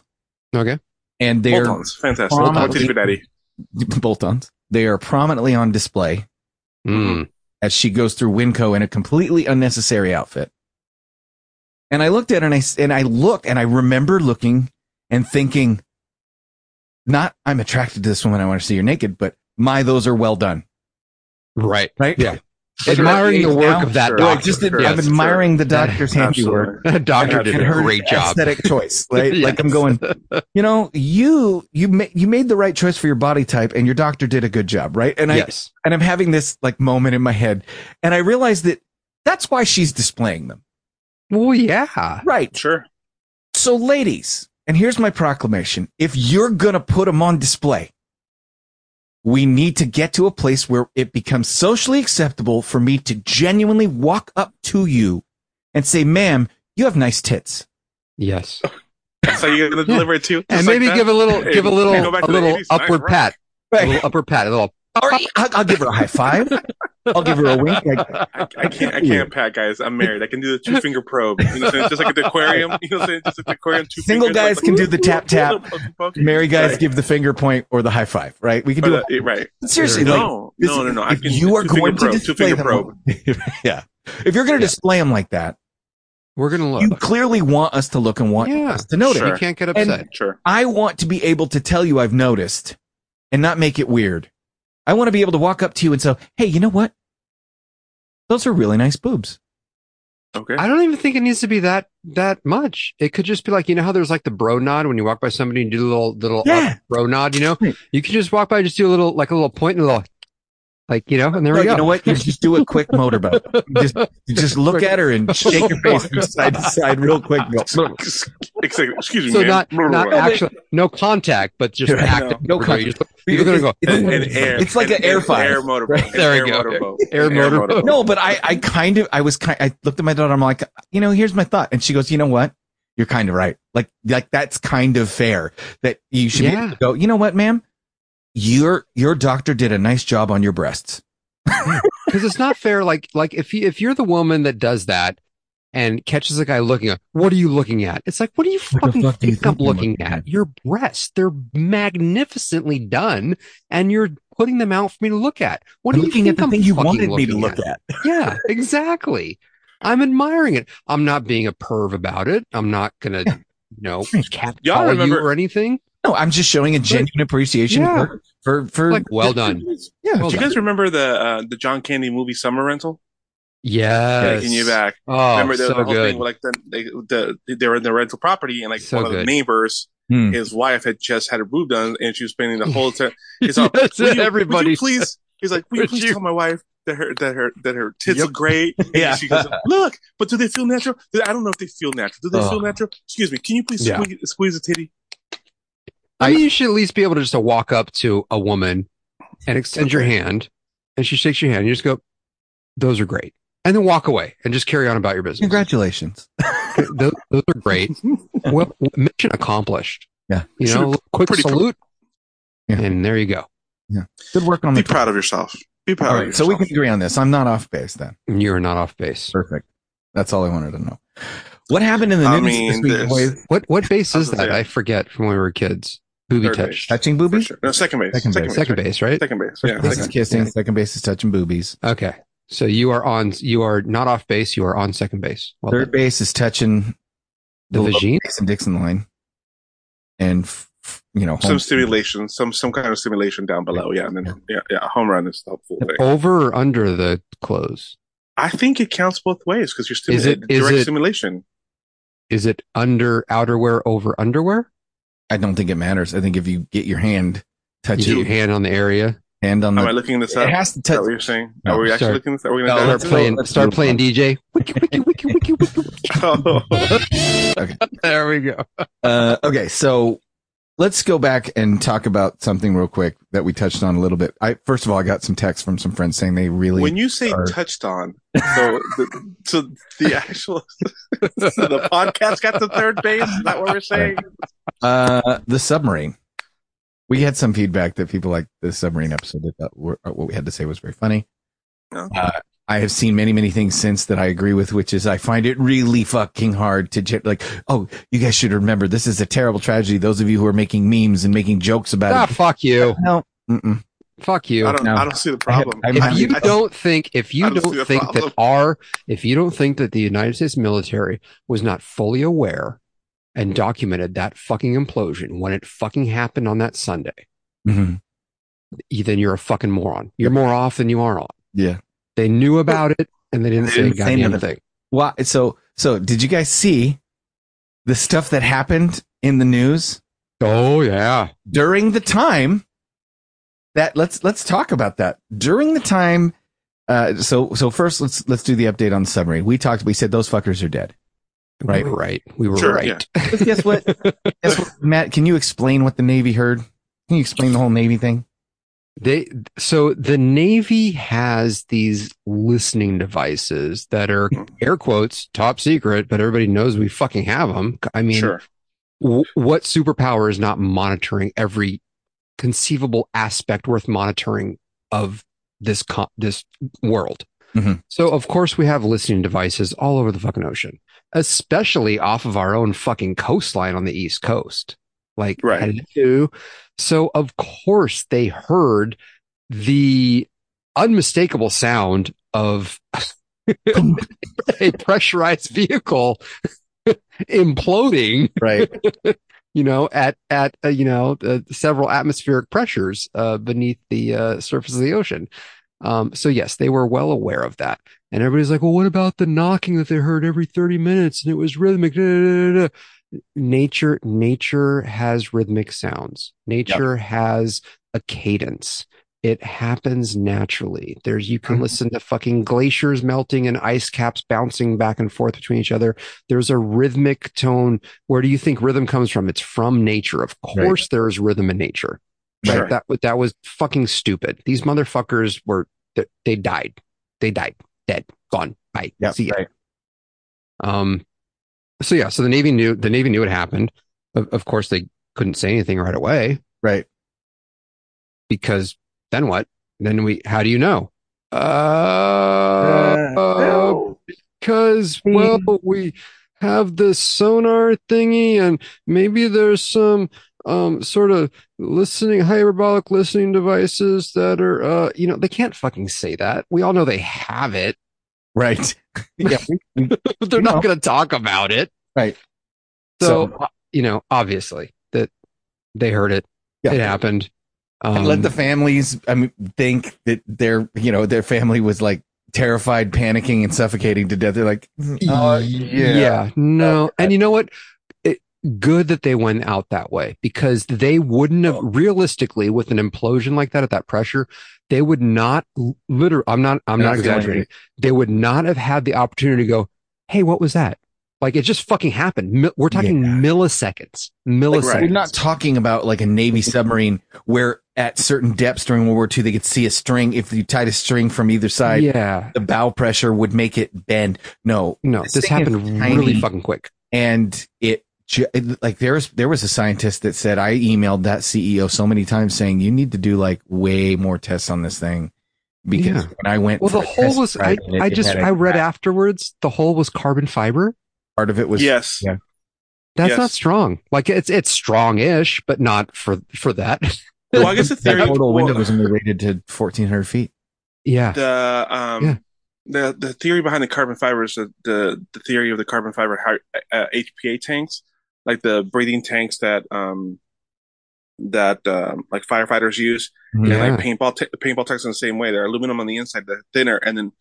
Speaker 1: Okay.
Speaker 2: and they're
Speaker 3: Bolt-ons. Fantastic.
Speaker 2: Bolt-ons.
Speaker 3: Bolt-ons. Teacher Daddy.
Speaker 2: bolt-ons. They are prominently on display Mm-hmm.
Speaker 1: Mm.
Speaker 2: as she goes through Winco in a completely unnecessary outfit. And I looked at it and I s- and I looked and I remember looking and thinking, not I'm attracted to this woman. I want to see her naked, but my those are well done.
Speaker 1: Right.
Speaker 2: Right?
Speaker 1: Yeah.
Speaker 2: Sure.
Speaker 1: Admiring the work
Speaker 2: Now-
Speaker 1: of that
Speaker 3: Sure.
Speaker 1: doctor.
Speaker 2: Like just that
Speaker 3: Sure.
Speaker 2: I'm
Speaker 1: Yes.
Speaker 2: admiring the doctor's handiwork.
Speaker 3: Absolutely.
Speaker 1: That doctor
Speaker 2: and
Speaker 1: did a
Speaker 2: her
Speaker 1: great job.
Speaker 2: Aesthetic choice. Right? Like I'm
Speaker 1: Yes.
Speaker 2: going, you know, you you ma- you made the right choice for your body type, and your doctor did a good job, right? And I
Speaker 1: yes.
Speaker 2: and I'm having this like moment in my head, and I realize that that's why she's displaying them,
Speaker 1: Well, yeah.
Speaker 2: right?
Speaker 3: Sure.
Speaker 2: So, ladies, and here's my proclamation: if you're gonna put them on display, we need to get to a place where it becomes socially acceptable for me to genuinely walk up to you and say, "Ma'am, you have nice tits."
Speaker 1: Yes.
Speaker 3: So you're going to deliver it too?
Speaker 1: and maybe give a little,
Speaker 3: Hey,
Speaker 1: give a little,
Speaker 3: hey, go back
Speaker 1: a
Speaker 3: to the
Speaker 1: little
Speaker 3: 80s, nice
Speaker 1: upward
Speaker 3: rock.
Speaker 1: pat, a little upward pat, a little.
Speaker 2: Or I- I'll, I'll give her a high five. I'll give her a wink. Like,
Speaker 3: I, I can't. I can't pack, guys. I'm married. I can do the two finger probe. You know, what I'm saying? just like at the aquarium. You know, what I'm saying? just like the aquarium. Two
Speaker 2: Single
Speaker 3: fingers,
Speaker 2: guys
Speaker 3: like,
Speaker 2: can do the tap tap.
Speaker 3: Puffy, puffy.
Speaker 2: married guys
Speaker 3: Right.
Speaker 2: give the finger point or the high five, right? We can
Speaker 3: But,
Speaker 2: do
Speaker 3: uh, it- right.
Speaker 2: it. Seriously, like,
Speaker 3: No,
Speaker 2: this-
Speaker 3: no, no, no. I
Speaker 2: if
Speaker 3: can
Speaker 2: you are
Speaker 3: two-finger
Speaker 2: going to
Speaker 3: probe,
Speaker 2: display
Speaker 3: two-finger
Speaker 2: them,
Speaker 3: probe.
Speaker 2: yeah. If you're going to
Speaker 1: Yeah.
Speaker 2: display them like that,
Speaker 1: We're gonna look.
Speaker 2: you clearly want us to look and want
Speaker 1: Yeah.
Speaker 2: us to notice.
Speaker 1: You
Speaker 3: Sure.
Speaker 1: can't get
Speaker 2: And-
Speaker 1: upset.
Speaker 3: Sure.
Speaker 2: I want to be able to tell you I've noticed and not make it weird. I want to be able to walk up to you and say, "Hey, you know what? Those are really nice boobs."
Speaker 3: Okay.
Speaker 1: I don't even think it needs to be that that much. It could just be like you know how there's like the bro nod when you walk by somebody and do the little the little
Speaker 2: Yeah.
Speaker 1: up bro nod. You know,
Speaker 2: Right.
Speaker 1: you could just walk by and just do a little like a little point and a little like you know, and there
Speaker 2: But
Speaker 1: we go.
Speaker 2: You know what? You just do a quick motorboat. Just, just look at her and shake your face from side to side real quick. Go,
Speaker 3: Excuse excuse me.
Speaker 1: so
Speaker 3: ma'am.
Speaker 1: not
Speaker 3: Blah, blah,
Speaker 1: not
Speaker 3: blah.
Speaker 1: actually no contact, but just
Speaker 2: Yeah, I
Speaker 1: act.
Speaker 3: know.
Speaker 2: No
Speaker 1: You're
Speaker 2: contact.
Speaker 1: just- You're gonna go.
Speaker 2: It's-
Speaker 3: an air.
Speaker 2: It's like an air fire.
Speaker 3: Air motorboat.
Speaker 1: Right.
Speaker 3: An
Speaker 1: There we
Speaker 3: air
Speaker 1: go.
Speaker 3: motorboat.
Speaker 1: Air
Speaker 3: An
Speaker 1: motorboat.
Speaker 2: No, but I, I kind of, I was kind, I looked at my daughter. I'm like, you know, here's my thought. And she goes, you know what? You're kind of right. Like, like that's kind of fair that you should be
Speaker 1: Yeah.
Speaker 2: able to go, you know what, ma'am? Your, your doctor did a nice job on your breasts.
Speaker 1: because it's not fair. Like like if you, if you're the woman that does that and catches a guy looking at, what are you looking at? It's like, what are you
Speaker 2: What the
Speaker 1: fucking
Speaker 2: fuck do you
Speaker 1: think I'm
Speaker 2: think I'm
Speaker 1: looking
Speaker 2: looking
Speaker 1: at?
Speaker 2: at?
Speaker 1: Your breasts, they're magnificently done, and you're putting them out for me to look at. What
Speaker 2: I'm
Speaker 1: are you
Speaker 2: looking
Speaker 1: think
Speaker 2: at the
Speaker 1: I'm
Speaker 2: thing you
Speaker 1: fucking
Speaker 2: wanted me to
Speaker 1: looking
Speaker 2: look at.
Speaker 1: Yeah, exactly. I'm admiring it. I'm not being a perv about it. I'm not gonna,
Speaker 2: Yeah.
Speaker 1: you know,
Speaker 2: Y'all
Speaker 1: cat you
Speaker 3: remember-
Speaker 1: or anything.
Speaker 2: No, I'm just showing a genuine appreciation
Speaker 1: Yeah.
Speaker 2: for, for, for,
Speaker 1: Like, well done.
Speaker 2: yeah.
Speaker 1: Well
Speaker 3: Do you
Speaker 1: done.
Speaker 3: guys remember the uh, the John Candy movie Summer Rental?
Speaker 1: Yes.
Speaker 3: Taking you back.
Speaker 1: Oh,
Speaker 3: remember there was
Speaker 1: so
Speaker 3: the whole
Speaker 1: good.
Speaker 3: thing where, like the, they, the they were in the rental property and like
Speaker 1: So
Speaker 3: one of
Speaker 1: good.
Speaker 3: the neighbors
Speaker 2: Hmm.
Speaker 3: his wife had just had her boob done and she was spending the whole time he's all
Speaker 1: That's
Speaker 3: "Would you- would you
Speaker 1: everybody.
Speaker 3: please he's like will you
Speaker 1: Would
Speaker 3: please
Speaker 1: you-
Speaker 3: tell my wife that her that her that her tits
Speaker 1: Yep.
Speaker 3: are great And
Speaker 2: Yeah.
Speaker 3: she goes look but do they feel natural Do- i don't know if they feel natural do they
Speaker 1: Oh.
Speaker 3: feel natural excuse me can you please
Speaker 1: Yeah.
Speaker 3: squeeze, squeeze a titty
Speaker 1: I mean, you should at least be able to just to walk up to a woman and extend your hand, and she shakes your hand. And you just go, "Those are great," and then walk away and just carry on about your business.
Speaker 2: Congratulations.
Speaker 1: Those, those are great. well, mission accomplished.
Speaker 2: Yeah.
Speaker 1: you
Speaker 3: Should
Speaker 1: know,
Speaker 3: be
Speaker 1: quick
Speaker 3: pretty cool.
Speaker 1: salute,
Speaker 2: Yeah.
Speaker 1: and there you go.
Speaker 2: Good work on
Speaker 3: be
Speaker 2: the,
Speaker 3: proud of yourself be proud
Speaker 2: all
Speaker 3: of
Speaker 2: right. So
Speaker 3: yourself
Speaker 2: we can agree on this. I'm not off base then.
Speaker 1: And You are not off base.
Speaker 2: Perfect. That's all I wanted to know. What happened in the
Speaker 3: I
Speaker 2: news
Speaker 3: mean,
Speaker 2: this week,
Speaker 3: there's-
Speaker 2: boys?
Speaker 1: What what base
Speaker 3: I was
Speaker 1: is
Speaker 3: gonna
Speaker 1: that?
Speaker 3: say-
Speaker 1: I forget from when we were kids. Booby
Speaker 3: Third
Speaker 1: touch,
Speaker 2: Touching
Speaker 3: for
Speaker 2: boobies?
Speaker 3: sure. no second base
Speaker 2: Second
Speaker 3: second,
Speaker 2: base.
Speaker 3: base
Speaker 1: second base, right?
Speaker 3: second base
Speaker 2: First
Speaker 3: yeah
Speaker 2: base is
Speaker 3: second.
Speaker 2: kissing. Second base is touching boobies.
Speaker 1: Okay, so you are on. You are not off base. You are on second base. Well,
Speaker 2: Third
Speaker 1: done.
Speaker 2: base is touching
Speaker 1: the
Speaker 2: below
Speaker 1: vagina.
Speaker 2: Mason Dixon line, and f- f- you know
Speaker 3: some
Speaker 2: home-
Speaker 3: stimulation some some kind of stimulation down below yeah and then yeah yeah home run is the whole thing
Speaker 1: Over or under the clothes?
Speaker 3: i think it counts both ways because you're still
Speaker 1: Is it- is
Speaker 3: direct
Speaker 1: it-
Speaker 3: stimulation
Speaker 1: Is it under outerwear over underwear?
Speaker 2: I don't think it matters. I think if you get your hand
Speaker 1: You get
Speaker 2: touching,
Speaker 1: your hand on the area.
Speaker 2: Hand on
Speaker 3: Am I
Speaker 2: the.
Speaker 3: looking this up?
Speaker 2: It has to
Speaker 3: Is that what
Speaker 2: touch.
Speaker 3: you're saying?
Speaker 2: No,
Speaker 3: Are we actually
Speaker 1: sorry.
Speaker 3: looking this up? Are we
Speaker 1: No,
Speaker 3: gonna
Speaker 1: start playing. Start playing DJ. Wiki, wiki, wiki, wiki, wiki.
Speaker 3: no,
Speaker 1: There we go.
Speaker 2: Uh, okay, so let's go back and talk about something real quick that we touched on a little bit. I first of all, I got some texts from some friends saying they really.
Speaker 3: When you say
Speaker 2: Or-
Speaker 3: touched on, so the, so the actual so the podcast got to third base. Is that what we're saying?
Speaker 2: Uh, the submarine. We had some feedback that people liked the submarine episode. They thought were, what we had to say was very funny.
Speaker 3: No.
Speaker 2: Uh, I have seen many, many things since that I agree with, which is I find it really fucking hard to ge- like. Oh, you guys should remember this is a terrible tragedy. Those of you who are making memes and making jokes about
Speaker 1: Ah,
Speaker 2: it.
Speaker 1: fuck you.
Speaker 2: No, mm-mm.
Speaker 1: Fuck you.
Speaker 3: I don't.
Speaker 2: No.
Speaker 3: I don't see the problem.
Speaker 2: I- I-
Speaker 1: if you
Speaker 3: I-
Speaker 1: don't think if you
Speaker 3: I don't see
Speaker 1: don't
Speaker 3: the
Speaker 1: think
Speaker 3: problem.
Speaker 1: that our if you don't think that the United States military was not fully aware and documented that fucking implosion when it fucking happened on that Sunday,
Speaker 2: Mhm.
Speaker 1: y- then you're a fucking moron. You're more off than you are on.
Speaker 2: Yeah.
Speaker 1: They knew about it and they didn't
Speaker 2: They
Speaker 1: say a
Speaker 2: didn't say
Speaker 1: goddamn
Speaker 2: nothing.
Speaker 1: thing.
Speaker 2: Why? So, so did you guys see the stuff that happened in the news?
Speaker 1: Oh yeah.
Speaker 2: during the time that let's let's talk about that during the time uh so so first let's let's do the update on the submarine we talked we said those fuckers are dead Right.
Speaker 1: We were right. We were
Speaker 3: Sure,
Speaker 1: right.
Speaker 3: yeah.
Speaker 2: But guess what guess what matt can you explain what the navy heard can you explain the whole navy thing
Speaker 1: They so the Navy has these listening devices that are air quotes top secret, but everybody knows we fucking have them. I mean,
Speaker 3: sure.
Speaker 1: w- what superpower is not monitoring every conceivable aspect worth monitoring of this co this world?
Speaker 2: Mhm.
Speaker 1: So of course we have listening devices all over the fucking ocean, especially off of our own fucking coastline on the east coast. Like
Speaker 3: Right.
Speaker 1: hello. So of course they heard the unmistakable sound of a pressurized vehicle imploding
Speaker 2: right
Speaker 1: you know, at at uh, you know uh, several atmospheric pressures uh, beneath the uh, surface of the ocean. Um, so yes, they were well aware of that. And everybody's like, "Well, what about the knocking that they heard every thirty minutes and it was rhythmic?" da, da, da, da, da." Nature, nature has rhythmic sounds. Nature has a cadence. It happens naturally. There's you can
Speaker 2: Mhm.
Speaker 1: listen to fucking glaciers melting and ice caps bouncing back and forth between each other. There's a rhythmic tone where do you think rhythm comes from? It's from nature. Of course, there is rhythm in nature. Right?
Speaker 3: Sure.
Speaker 1: That wa- that was fucking stupid. These motherfuckers were they, they died. They died. Dead. Gone. Bye.
Speaker 2: yeah
Speaker 1: See ya.
Speaker 2: right.
Speaker 1: Um. So yeah. So the navy knew. The navy knew it happened. Of, of course, they couldn't say anything right away
Speaker 2: right
Speaker 1: because then what? Then we. How do you know? Uh.
Speaker 5: Uh,
Speaker 1: uh, because well we have this sonar thingy and maybe there's some um sort of listening hyperbolic listening devices that are uh you know they can't fucking say that we all know they have it
Speaker 2: right yeah
Speaker 1: but they're
Speaker 2: No.
Speaker 1: not going to talk about it
Speaker 2: Right.
Speaker 1: so,
Speaker 2: So-
Speaker 1: uh, you know obviously that they heard it
Speaker 2: Yeah.
Speaker 1: it happened um,
Speaker 2: And let the families i mean think that their you know their family was like terrified panicking and suffocating to death they're like "Oh,
Speaker 1: yeah. Um, no. And you know what? It, good that they went out that way because they wouldn't have realistically with an implosion like that at that pressure, they would not literally. I'm not. I'm
Speaker 2: They're
Speaker 1: not
Speaker 2: not feeling
Speaker 1: exaggerating. They would not have had the opportunity to go. Hey, what was that? Like it just fucking happened. Mi- We're talking
Speaker 2: Yeah.
Speaker 1: milliseconds. Milliseconds.
Speaker 3: right.
Speaker 2: We're not talking about like a Navy submarine where at certain depths during World War II they could see a string. If you tied a string from either side,
Speaker 1: Yeah.
Speaker 2: the bow pressure would make it bend. No,
Speaker 1: No,
Speaker 2: This
Speaker 1: this
Speaker 2: thing is
Speaker 1: happened
Speaker 2: tiny.
Speaker 1: really fucking quick.
Speaker 2: and it ju- it- like there was there was a scientist that said I emailed that CEO so many times saying you need to do like way more tests on this thing because
Speaker 1: Yeah.
Speaker 2: when I went
Speaker 1: Well, the
Speaker 2: for a
Speaker 1: hole
Speaker 2: test
Speaker 1: was, I,
Speaker 2: drive and it-
Speaker 1: I
Speaker 2: it
Speaker 1: just,
Speaker 2: had a-
Speaker 1: I read afterwards, the hole was carbon fiber.
Speaker 2: part of it was
Speaker 3: yes.
Speaker 2: Yeah.
Speaker 1: That's
Speaker 3: Yes.
Speaker 1: not strong. Like it's it's strong ish, but not for for that.
Speaker 3: Well, I guess the
Speaker 2: that
Speaker 3: theory.
Speaker 2: total
Speaker 3: well,
Speaker 2: window was only rated to fourteen hundred feet.
Speaker 1: yeah.
Speaker 3: the um
Speaker 1: Yeah.
Speaker 3: the the theory behind the carbon fiber is the the, the theory of the carbon fiber hy- uh, HPA tanks, like the breathing tanks that um that um, like firefighters use,
Speaker 1: Yeah.
Speaker 3: and like paintball ta- paintball tanks in the same way. They're aluminum on the inside, they're thinner, and then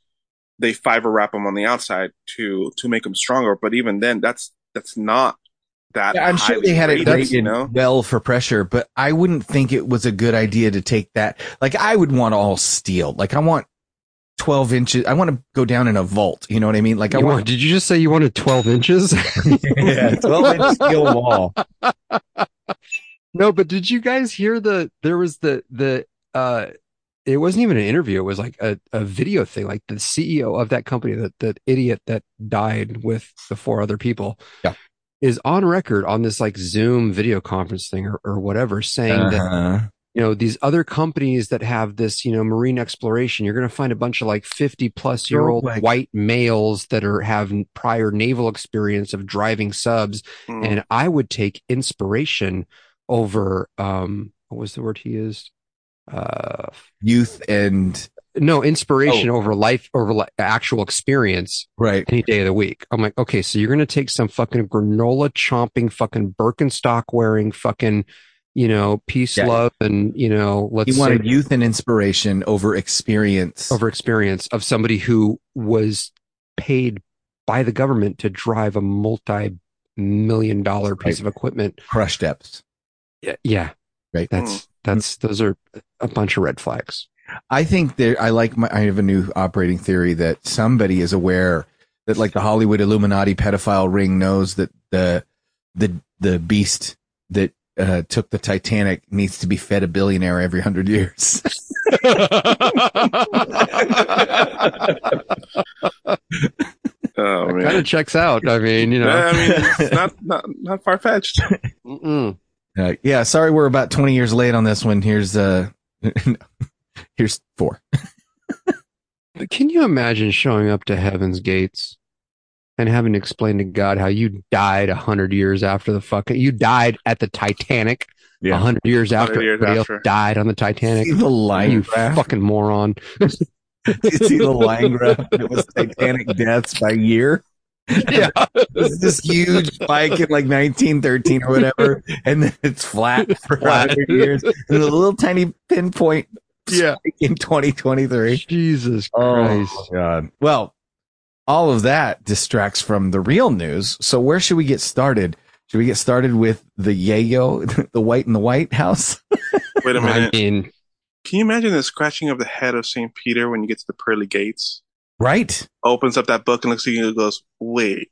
Speaker 3: they fiber wrap them on the outside to to make them stronger. But even then, that's that's not that.
Speaker 2: Yeah, I'm sure they
Speaker 3: highly
Speaker 2: had it
Speaker 3: rated,
Speaker 2: done
Speaker 3: you know.
Speaker 2: well for pressure, but I wouldn't think it was a good idea to take that. Like I would want all steel. Like I want 12 inches. I want to go down in a vault. You know what I mean? Like I
Speaker 1: You
Speaker 2: want
Speaker 1: want- did you just say you wanted 12 inches?
Speaker 2: yeah, 12 inch steel wall.
Speaker 1: no, but did you guys hear the, there was the, the, uh, it wasn't even an interview. It was like a, a video thing. Like the CEO of that company, that that idiot that died with the four other people,
Speaker 2: Yeah.
Speaker 1: is on record on this like Zoom video conference thing or, or whatever, saying that
Speaker 2: Uh-huh.
Speaker 1: you know these other companies that have this you know marine exploration you're going to find a bunch of like 50 plus year old
Speaker 2: Like-
Speaker 1: white males that are have prior naval experience of driving subs
Speaker 3: Mm.
Speaker 1: and i would take inspiration over um what was the word he used uh
Speaker 2: Youth and
Speaker 1: no inspiration over life over li- actual experience
Speaker 2: right.
Speaker 1: any day of the week. I'm like, okay, so you're going to take some fucking granola chomping, fucking Birkenstock wearing, fucking, you know, peace,
Speaker 2: Yeah.
Speaker 1: love, and, you know, let's
Speaker 2: He
Speaker 1: say
Speaker 2: wanted youth and inspiration over experience.
Speaker 1: over experience of somebody who was paid by the government to drive a multi million dollar piece of equipment.
Speaker 2: crush depths.
Speaker 1: Yeah. Yeah.
Speaker 2: Right.
Speaker 3: Mm.
Speaker 1: That's, that's, those are a bunch of red flags.
Speaker 2: I think there. I like my. I have a new operating theory that somebody is aware that, like the Hollywood Illuminati pedophile ring, knows that the the the beast that uh, took the Titanic needs to be fed a billionaire every hundred years.
Speaker 3: Oh man.
Speaker 1: Kind of checks out. I mean, you
Speaker 3: Yeah,
Speaker 1: know,
Speaker 3: I mean, it's not not not far fetched.
Speaker 1: Mm-mm.
Speaker 2: Uh, yeah, sorry, we're about twenty years late on this one. Here's uh, here's four.
Speaker 1: Can you imagine showing up to heaven's gates and having to explain to God how you died a hundred years after the fucking you died at the Titanic a
Speaker 2: Yeah.
Speaker 1: hundred years after
Speaker 3: 100 years
Speaker 1: everybody else
Speaker 3: after.
Speaker 1: died on the Titanic? Hmm.
Speaker 2: See the line
Speaker 1: You
Speaker 2: graph.
Speaker 1: fucking moron!
Speaker 2: Did you see the line graph? It was Titanic deaths by year.
Speaker 1: Yeah,
Speaker 2: This is this huge spike in like 1913 or whatever, and then it's flat for
Speaker 1: Flat.
Speaker 2: 100 years, and a little tiny pinpoint
Speaker 1: yeah.
Speaker 2: in 2023.
Speaker 1: Jesus Christ!
Speaker 2: Oh, God. Well, all of that distracts from the real news. So, where should we get started? Should we get started with the yayo, the white in the White House?
Speaker 3: Wait a
Speaker 1: I
Speaker 3: minute.
Speaker 1: mean,
Speaker 3: Can you imagine the scratching of the head of Saint Peter when you get to the pearly gates?
Speaker 2: Right.
Speaker 3: Opens up that book and looks at you and goes, "Wait,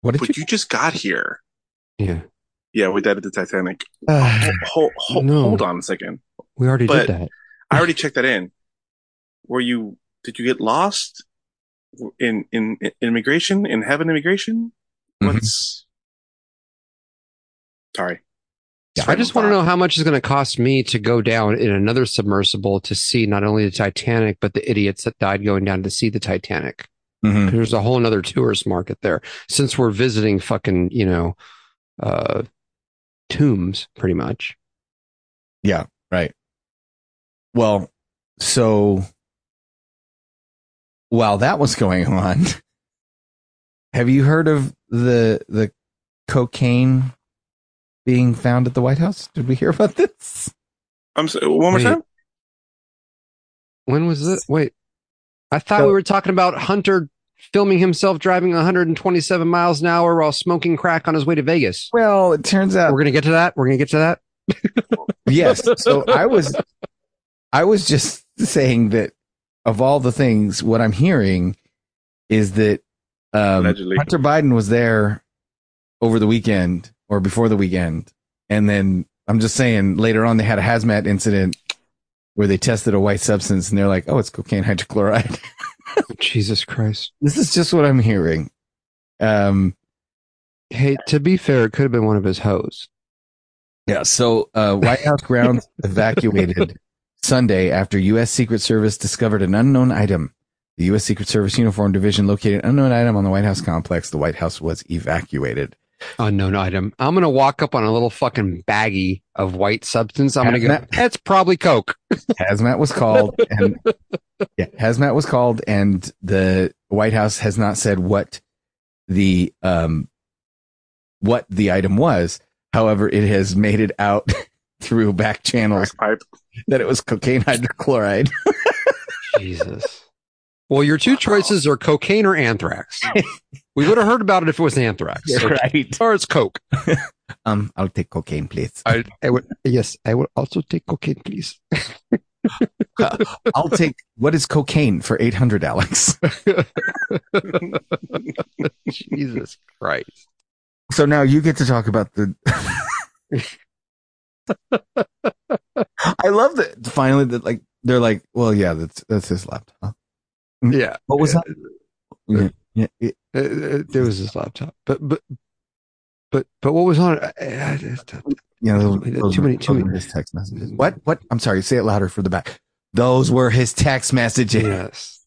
Speaker 2: What did
Speaker 3: but you just got here."
Speaker 1: yeah,
Speaker 3: Yeah, we did at the Titanic.
Speaker 2: Uh,
Speaker 3: Hold, hold,
Speaker 1: No.
Speaker 3: hold on a second.
Speaker 1: we already
Speaker 3: But-
Speaker 1: did that.
Speaker 3: I already checked that in. Were you? Did you get lost in in, in immigration in heaven? Immigration? Mm-hmm.
Speaker 2: Mhm.
Speaker 3: What's? Sorry.
Speaker 2: Yeah,
Speaker 1: I just want to know how much is going to cost me to go down in another submersible to see not only the Titanic but the idiots that died going down to see the Titanic.
Speaker 2: mhm.
Speaker 1: There's a whole nother tourist market there. Since we're visiting fucking, you know, uh tombs pretty much.
Speaker 2: Well, so while that was going on, have you heard of the the cocaine being found at the White House? Did we hear about this?
Speaker 3: I'm sorry, one more
Speaker 1: Wait.
Speaker 3: time.
Speaker 1: When was it? Wait. I thought
Speaker 2: So-
Speaker 1: we were talking about Hunter filming himself driving 127 miles an hour while smoking crack on his way to Vegas.
Speaker 2: Well, it turns
Speaker 1: We're
Speaker 2: out
Speaker 1: going to get to that. We're going to get to that.
Speaker 2: yes. So I was I was just saying that of all the things, what I'm hearing is that um,
Speaker 3: Allegedly.
Speaker 2: Hunter Biden was there over the weekend or before the weekend, and then I'm just saying later on they had a hazmat incident where they tested a white substance and they're like, oh, it's cocaine hydrochloride.
Speaker 1: Jesus Christ.
Speaker 2: this is just what I'm hearing. Um,
Speaker 1: Hey, to be fair, it could have been one of his hoes.
Speaker 2: Yeah. So, uh, White House grounds evacuated Sunday after U.S. Secret Service discovered an unknown item. The U.S. Secret Service Uniform Division located an unknown item on the White House complex. The White House was evacuated.
Speaker 1: Unknown item. I'm going to walk up on a little fucking baggie of white substance. I'm going to go,
Speaker 2: Hazmat.
Speaker 1: that's probably Coke.
Speaker 2: Hazmat was called, and yeah, hazmat was called, and the White House has not said what the um what the item was. However, it has made it out through back channels
Speaker 3: Crack pipe.
Speaker 2: that it was cocaine hydrochloride.
Speaker 1: Jesus. Well, your two choices are cocaine or anthrax. we would have heard about it if it was anthrax. Or,
Speaker 2: right.
Speaker 1: or it's coke.
Speaker 2: Um, I'll take cocaine, please.
Speaker 1: I, would, yes, I will also take cocaine, please.
Speaker 2: I'll take what is cocaine for eight hundred, Alex.
Speaker 1: Jesus Christ.
Speaker 2: So now you get to talk about the. I love that. Finally, that like they're like, well, yeah, that's that's his laptop.
Speaker 1: Yeah.
Speaker 2: What was
Speaker 1: yeah.
Speaker 2: that? Yeah, yeah, it-
Speaker 1: Uh, uh, there was this laptop, but but but but what was on it? Uh, I- I just-
Speaker 2: you know,
Speaker 1: Wait,
Speaker 2: those
Speaker 1: too
Speaker 2: were-
Speaker 1: many- too
Speaker 2: those
Speaker 1: many-
Speaker 2: were His text messages. What? What? I'm sorry. Say it louder for the back. Those were his text messages.
Speaker 1: Yes.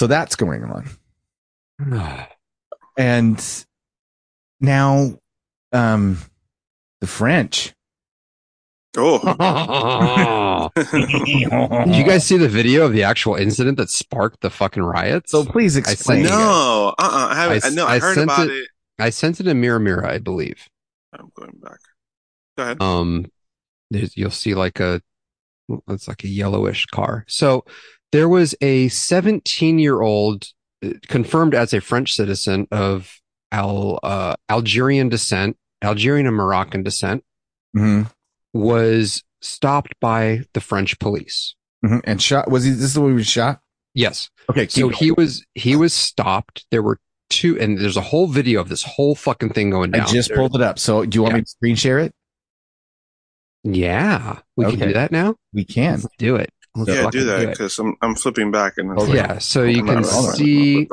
Speaker 2: So that's going on.
Speaker 1: Oh.
Speaker 2: and now um the french
Speaker 3: Oh,
Speaker 1: Did you guys see the video of the actual incident that sparked the fucking riots?
Speaker 2: so please explain
Speaker 1: think-
Speaker 3: no, uh, uh I haven't.
Speaker 1: I
Speaker 3: I,
Speaker 1: s-
Speaker 3: know. I,
Speaker 1: I
Speaker 3: heard
Speaker 1: sent
Speaker 3: about
Speaker 1: it-
Speaker 3: it.
Speaker 1: I sent it in Mirror Mirror, I believe.
Speaker 3: I'm going back. Go ahead.
Speaker 1: um there's you'll see like a it's like a yellowish car so there was a 17 year old confirmed as a french citizen of Al, uh, algerian descent algerian and moroccan descent
Speaker 2: Mhm,
Speaker 1: was stopped by the french police
Speaker 2: mhm. and shot was he this is the way he was shot
Speaker 1: yes
Speaker 2: okay
Speaker 1: so
Speaker 2: keep
Speaker 1: he was he was stopped there were two and there's a whole video of this whole fucking thing
Speaker 2: going.
Speaker 1: going down
Speaker 2: i just
Speaker 1: There-
Speaker 2: pulled it up so do you want
Speaker 1: Yeah.
Speaker 2: me to screen share it
Speaker 1: yeah we can
Speaker 2: Okay.
Speaker 1: do that now
Speaker 2: we can
Speaker 1: let's do it Let's
Speaker 3: yeah,
Speaker 1: fucking
Speaker 3: do that
Speaker 1: it.
Speaker 3: because I'm I'm flipping back and it's like-
Speaker 1: Oh, yeah so you
Speaker 3: I'm not-
Speaker 1: can
Speaker 3: I'm not-
Speaker 1: see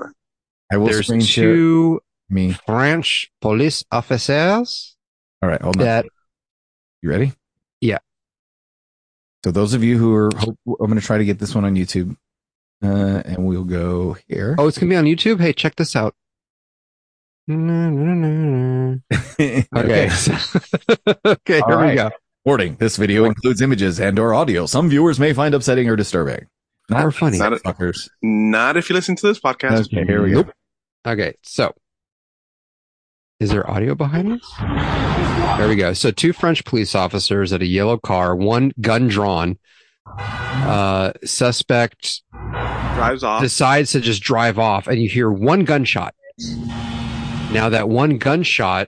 Speaker 2: i will
Speaker 1: there's
Speaker 2: screen share Mm.
Speaker 1: two
Speaker 2: me
Speaker 1: French police officers
Speaker 2: all right hold on
Speaker 1: that
Speaker 2: you ready
Speaker 1: Yeah.
Speaker 2: so those of you who are hope, i'm going to try to get this one on youtube uh and we'll go here
Speaker 1: oh it's gonna be on YouTube. Hey, check this out. Okay,
Speaker 2: okay
Speaker 1: okay,
Speaker 2: All
Speaker 1: here we
Speaker 2: right.
Speaker 1: go.
Speaker 2: Warning, this video includes images and or audio some viewers may find upsetting or disturbing. Not
Speaker 1: Or funny.
Speaker 3: Not a-
Speaker 2: fuckers.
Speaker 3: Not if you listen to this podcast.
Speaker 2: Okay, here we go.
Speaker 1: Okay, so is there audio behind this? There we go. So two French police officers at a yellow car, one gun drawn. Uh, suspect
Speaker 3: Drives off.
Speaker 1: decides to just drive off and you hear one gunshot. Now that one gunshot,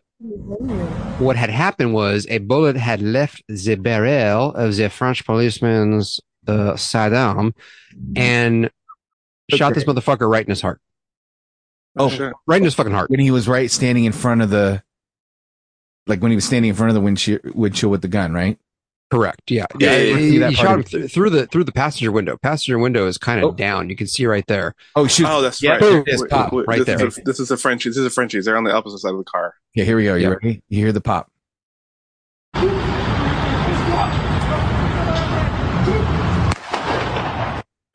Speaker 1: what had happened was a bullet had left the barrel of the French policeman's uh, sidearm and shot this motherfucker right in his heart,
Speaker 2: Oh,
Speaker 3: Shit.
Speaker 1: right in his fucking heart.
Speaker 2: When he was right standing in front of the, like when he was standing in front of the windshield, windshield with the gun, right?
Speaker 1: Correct. Yeah.
Speaker 3: Yeah, yeah, yeah.
Speaker 1: He,
Speaker 2: That
Speaker 1: he
Speaker 2: part
Speaker 1: shot him
Speaker 2: of-
Speaker 1: th- through the through the passenger window. Passenger window is kind of
Speaker 2: Oh.
Speaker 1: down. You can see right there.
Speaker 2: Oh shoot!
Speaker 3: Oh, that's
Speaker 2: Yeah,
Speaker 3: right.
Speaker 1: boom,
Speaker 2: it's
Speaker 3: Wait,
Speaker 2: pop
Speaker 3: wait,
Speaker 1: right
Speaker 3: this
Speaker 1: there.
Speaker 3: Is a, this is a Frenchie. This is a Frenchie. They're on the opposite side of the car.
Speaker 2: Okay, here we go. You
Speaker 1: Yeah.
Speaker 2: ready? You hear the pop?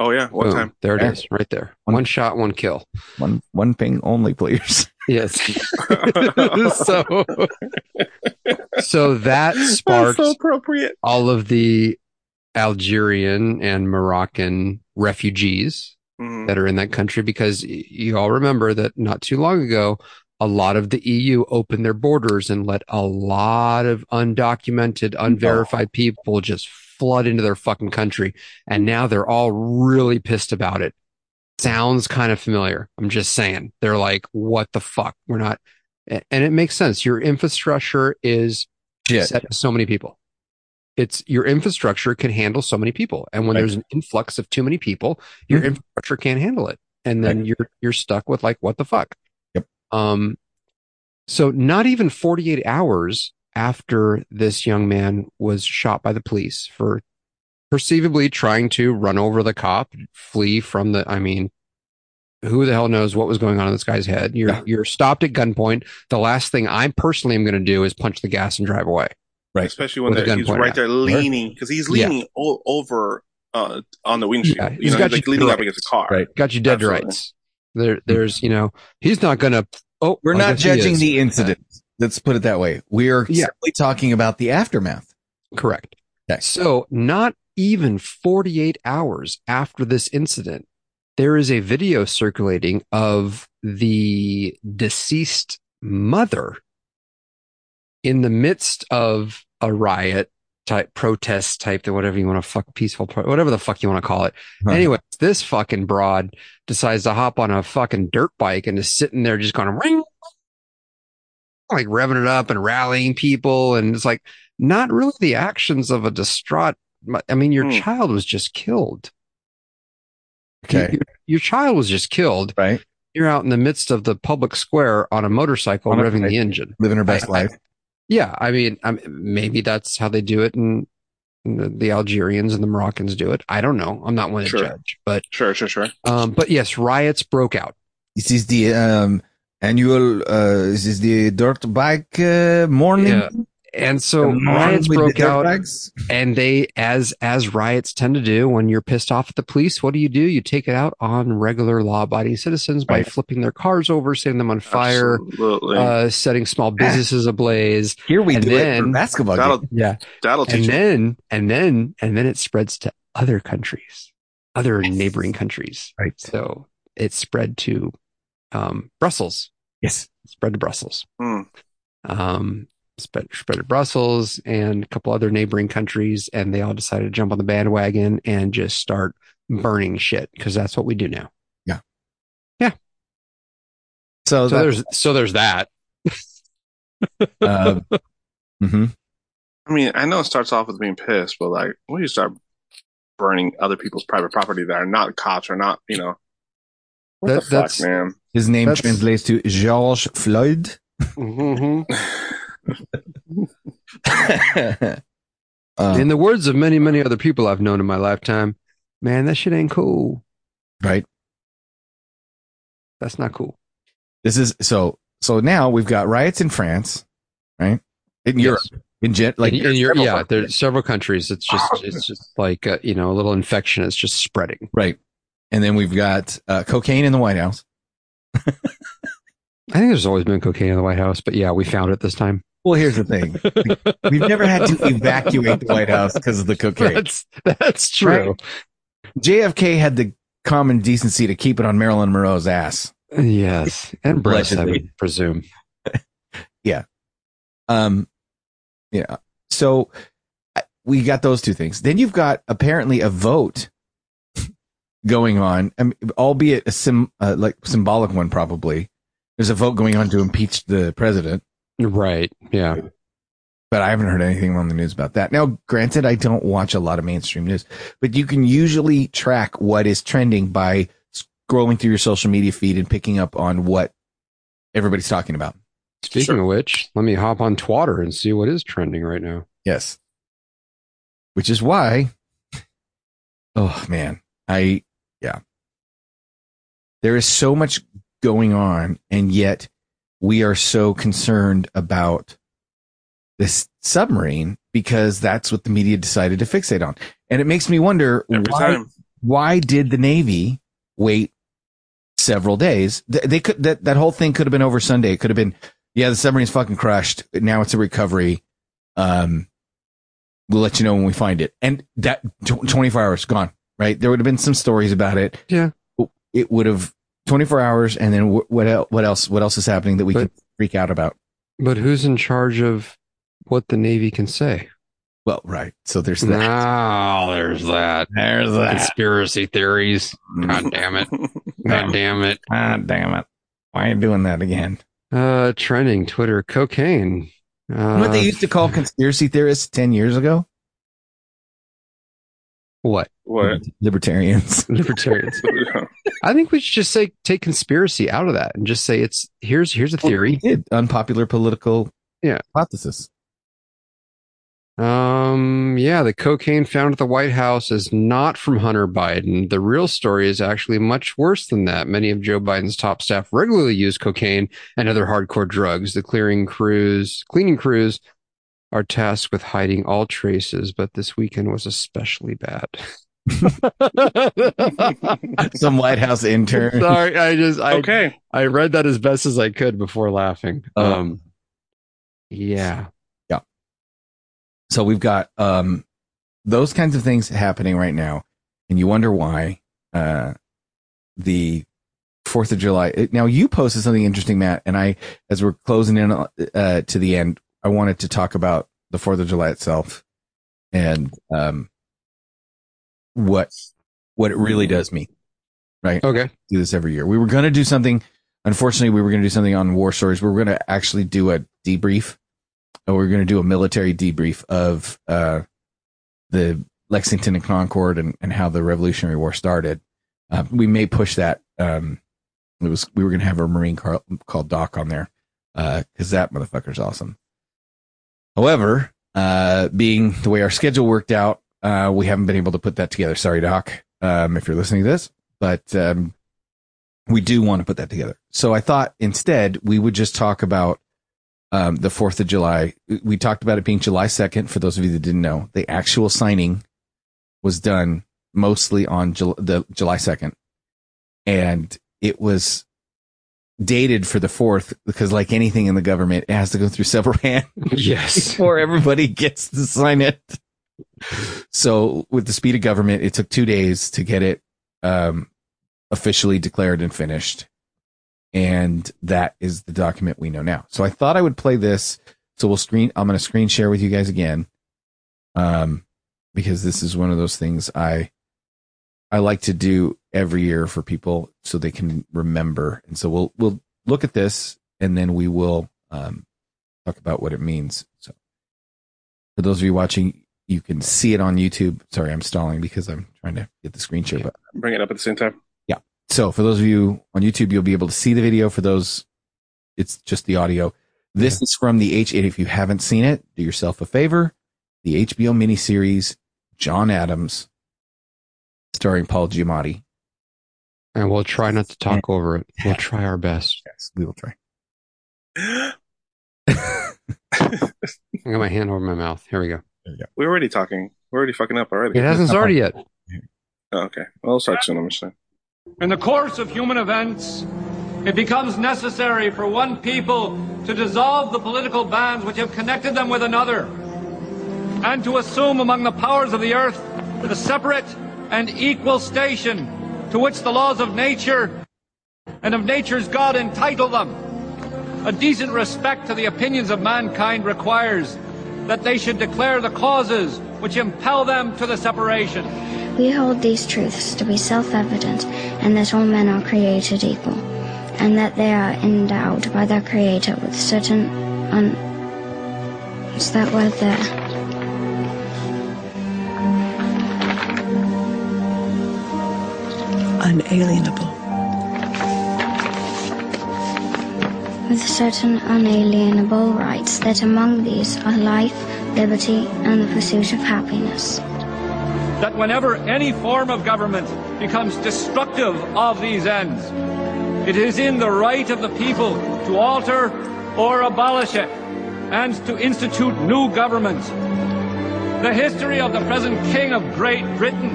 Speaker 3: Oh yeah, one
Speaker 1: Boom.
Speaker 3: time.
Speaker 1: There it
Speaker 2: There.
Speaker 1: is, right there.
Speaker 2: One-
Speaker 1: One shot, one kill.
Speaker 2: One, one ping only, please.
Speaker 1: Yes. so, so that sparked
Speaker 3: appropriate.
Speaker 1: all of the Algerian and Moroccan refugees
Speaker 3: Mhm.
Speaker 1: that are in that country because y- you all remember that not too long ago, a lot of the EU opened their borders and let a lot of undocumented, unverified people just flood into their fucking country. And now they're all really pissed about it. Sounds kind of familiar. I'm just saying. They're like, what the fuck? We're not. a- And it makes sense. Your infrastructure is
Speaker 2: Shit.
Speaker 1: set to so many people. It's your infrastructure can handle so many people, and when
Speaker 2: Right.
Speaker 1: there's an influx of too many people, your
Speaker 2: Mhm.
Speaker 1: infrastructure can't handle it, and then
Speaker 2: Right.
Speaker 1: you're you're stuck with like what the fuck.
Speaker 2: Yep.
Speaker 1: Um. So not even 48 hours after this young man was shot by the police for perceivably trying to run over the cop, flee from the. I mean, who the hell knows what was going on in this guy's head? You're
Speaker 2: Yeah.
Speaker 1: you're stopped at gunpoint. The last thing I personally am going to do is punch the gas and drive away.
Speaker 2: Right.
Speaker 3: Especially when
Speaker 1: With a
Speaker 3: they're-
Speaker 1: gun
Speaker 3: he's
Speaker 1: pointed
Speaker 3: right
Speaker 1: at
Speaker 3: there leaning because he's
Speaker 1: Yeah.
Speaker 3: leaning o- over uh, on the windshield.
Speaker 1: Yeah,
Speaker 3: You
Speaker 1: he's
Speaker 3: know,
Speaker 1: got
Speaker 3: like
Speaker 1: you
Speaker 3: leaning up
Speaker 1: correct.
Speaker 3: against the car.
Speaker 2: Right.
Speaker 1: got you dead to
Speaker 3: Absolutely.
Speaker 1: rights. There, there's, you know, he's not gonna. Oh,
Speaker 2: We're
Speaker 1: I
Speaker 2: not
Speaker 1: guess he
Speaker 2: judging
Speaker 1: is.
Speaker 2: the incident. Let's put it that way. We are
Speaker 1: Yeah.
Speaker 2: simply talking about the aftermath.
Speaker 1: Correct.
Speaker 2: Okay.
Speaker 1: So, not even 48 hours after this incident, there is a video circulating of the deceased mother in the midst of a riot type protest type to whatever you want to fuck peaceful pro- whatever the fuck you want to call it.
Speaker 2: Huh.
Speaker 1: Anyway, this fucking broad decides to hop on a fucking dirt bike and is sitting there just going ring like revving it up and rallying people and it's like not really the actions of a distraught I mean your
Speaker 3: Hmm.
Speaker 1: child was just killed.
Speaker 2: Okay.
Speaker 1: Your, your child was just killed.
Speaker 2: Right.
Speaker 1: You're out in the midst of the public square on a motorcycle
Speaker 2: On a
Speaker 1: revving
Speaker 2: bike.
Speaker 1: the engine.
Speaker 2: Living her best
Speaker 1: I- I-
Speaker 2: life.
Speaker 1: Yeah, I mean, i maybe that's how they do it, and the, the Algerians and the Moroccans do it. I don't know. I'm not one to
Speaker 3: Sure.
Speaker 1: judge, but
Speaker 3: Sure, sure, sure.
Speaker 1: um, but yes, riots broke out.
Speaker 2: This is the um, annual, uh, this is the dirt bike uh, morning.
Speaker 1: Yeah. And so
Speaker 2: The morning
Speaker 1: riots
Speaker 2: with the
Speaker 1: broke
Speaker 2: dirt
Speaker 1: out,
Speaker 2: bikes.
Speaker 1: and they, as as riots tend to do, when you're pissed off at the police, what do you do? You take it out on regular law-abiding citizens by
Speaker 2: Right.
Speaker 1: flipping their cars over, setting them on fire,
Speaker 3: Absolutely.
Speaker 1: uh, setting small businesses ablaze.
Speaker 2: Here we
Speaker 1: And
Speaker 2: do it for
Speaker 1: then-
Speaker 2: basketball game.
Speaker 3: that'll
Speaker 1: Yeah,
Speaker 3: that'll
Speaker 1: and
Speaker 3: teach you.
Speaker 1: then and then and then it spreads to other countries other neighboring countries
Speaker 2: Right.
Speaker 1: so it spread to um, brussels
Speaker 2: Yes.
Speaker 1: It spread to brussels
Speaker 3: Hmm.
Speaker 1: um, spread, spread to brussels and a couple other neighboring countries and they all decided to jump on the bandwagon and just start burning shit because that's what we do now
Speaker 2: So,
Speaker 1: so there's so there's that
Speaker 2: that, uh, mhm.
Speaker 3: I mean, I know it starts off with being pissed, but like when you start burning other people's private property that are not cops or not, you know, what
Speaker 1: That-
Speaker 3: the
Speaker 1: that's-
Speaker 3: fuck, man.
Speaker 2: his name
Speaker 1: That's-
Speaker 2: translates to George Floyd.
Speaker 1: Mm-hmm.
Speaker 2: Uh,
Speaker 1: in the words of many many other people i've known in my lifetime man that shit ain't cool
Speaker 2: right.
Speaker 1: that's not cool
Speaker 2: This is so so now we've got riots in France, right? In Europe, in gen, like
Speaker 1: like in, in your,
Speaker 2: several
Speaker 1: yeah,
Speaker 2: countries.
Speaker 1: there's several countries. It's just it's just like uh, you know a little infection. It's just spreading.
Speaker 2: right. And then we've got uh, cocaine in the White House.
Speaker 1: I think there's always been cocaine in the White House, but yeah, we found it this time.
Speaker 2: Well, here's the thing: we've never had to evacuate the White House because of the cocaine.
Speaker 1: That's that's true.
Speaker 2: JFK had the common decency to keep it on Marilyn Monroe's ass.
Speaker 1: Yes, and breast, I
Speaker 2: Allegedly.
Speaker 1: would presume.
Speaker 2: Um, yeah. So I- we got those two things. Then you've got apparently a vote going on, um, albeit a sim uh, like symbolic one probably. There's a vote going on to impeach the president,
Speaker 1: Right. Yeah.
Speaker 2: but I haven't heard anything on the news about that. Now, granted, I don't watch a lot of mainstream news, but you can usually track what is trending by scrolling through your social media feed and picking up on what everybody's talking about.
Speaker 1: Speaking
Speaker 3: Sure.
Speaker 1: of which, let me hop on Twitter and see what is trending right now.
Speaker 2: Yes. Which is why, oh man, I, yeah. There is so much going on, and yet we are so concerned about this submarine because that's what the media decided to fixate on. And it makes me wonder
Speaker 3: Every
Speaker 2: why,
Speaker 3: time.
Speaker 2: why did the Navy wait several days? Th- They could, that, that whole thing could have been over Sunday. It could have been, yeah, the submarine's fucking crushed. Now it's a recovery. Um, we'll let you know when we find it. And that tw- 24 hours gone, right? There would have been some stories about it.
Speaker 1: Yeah.
Speaker 2: It would have 24 hours. And then wh- what, el- what else, what else is happening that we
Speaker 1: But-
Speaker 2: can freak out about?
Speaker 1: But who's in charge of what the Navy can say?
Speaker 2: Well, right. So there's that.
Speaker 1: Now there's that
Speaker 2: There's that.
Speaker 1: conspiracy theories. God damn it! God damn it!
Speaker 2: God damn it. Why are you doing that again?
Speaker 1: Uh, trending Twitter cocaine. Uh,
Speaker 2: You know what they used to call conspiracy theorists 10 years ago?
Speaker 1: what?
Speaker 3: What?
Speaker 2: Libertarians.
Speaker 1: libertarians. I think we should just say take conspiracy out of that and just say it's here's here's a theory.
Speaker 2: Did unpopular political
Speaker 1: Yeah.
Speaker 2: hypothesis.
Speaker 1: Um, yeah, the cocaine found at the White House is not from Hunter Biden. The real story is actually much worse than that. Many of Joe Biden's top staff regularly use cocaine and other hardcore drugs. The clearing crews, cleaning crews are tasked with hiding all traces, but this weekend was especially bad.
Speaker 2: Some White House intern.
Speaker 1: Sorry, I just I
Speaker 3: okay.
Speaker 1: I read that as best as I could before laughing.
Speaker 2: Um,
Speaker 1: um yeah.
Speaker 2: So we've got um, those kinds of things happening right now, and you wonder why uh, the Fourth of July. it- Now you posted something interesting, Matt, and I, as we're closing in uh, to the end, I wanted to talk about the Fourth of July itself and um, what what it really does mean.
Speaker 1: Okay.
Speaker 2: do this every year. We were going to do something. Unfortunately, we were going to do something on war stories. We were going to actually do a debrief, and we were going to do a military debrief of uh, the Lexington and Concord and, and how the Revolutionary War started. Uh, we may push that. Um, it was we were going to have a Marine car, called Doc on there because that motherfucker's awesome. However, uh, being the way our schedule worked out, uh, we haven't been able to put that together. Sorry, Doc, um, if you're listening to this, but um, we do want to put that together. So I thought instead we would just talk about um, the 4th of July. We talked about it being July 2nd. For those of you that didn't know, the actual signing was done mostly on Jul- the July 2nd. And it was dated for the 4th because, like anything in the government, it has to go through several hands
Speaker 1: Yes.
Speaker 2: before everybody gets to sign it. So with the speed of government, it took two days to get it um, officially declared and finished. And that is the document we know now. So I thought I would play this. So we'll screen, I'm going to screen share with you guys again. Um, because this is one of those things I, I like to do every year for people so they can remember. And so we'll, we'll look at this and then we will, um, talk about what it means. So for those of you watching, you can see it on YouTube. Sorry, I'm stalling because I'm trying to get the screen share, but
Speaker 3: Bring it up at the same time.
Speaker 2: so for those of you on YouTube, you'll be able to see the video. For those, it's just the audio. This is from the H. If you haven't seen it, do yourself a favor. The HBO miniseries John Adams, starring Paul Giamatti.
Speaker 1: And we'll try not to talk over it. We'll try our best.
Speaker 2: Yes, we will try.
Speaker 1: I got my hand over my mouth. Here we go.
Speaker 3: We're already talking. We're already fucking up already.
Speaker 1: It hasn't started yet.
Speaker 3: Oh, okay. Well, I'll start soon. I'm just saying.
Speaker 6: In the course of human events, it becomes necessary for one people to dissolve the political bonds which have connected them with another, and to assume among the powers of the earth the separate and equal station to which the laws of nature and of nature's God entitle them. A decent respect to the opinions of mankind requires that they should declare the causes which impel them to the separation.
Speaker 7: We hold these truths to be self evident, and that all men are created equal, and that they are endowed by their Creator with certain. Un- What's that word there?
Speaker 8: unalienable.
Speaker 7: With certain unalienable rights, that among these are life, liberty, and the pursuit of happiness.
Speaker 6: that whenever any form of government becomes destructive of these ends, it is in the right of the people to alter or abolish it and to institute new governments. The history of the present King of Great Britain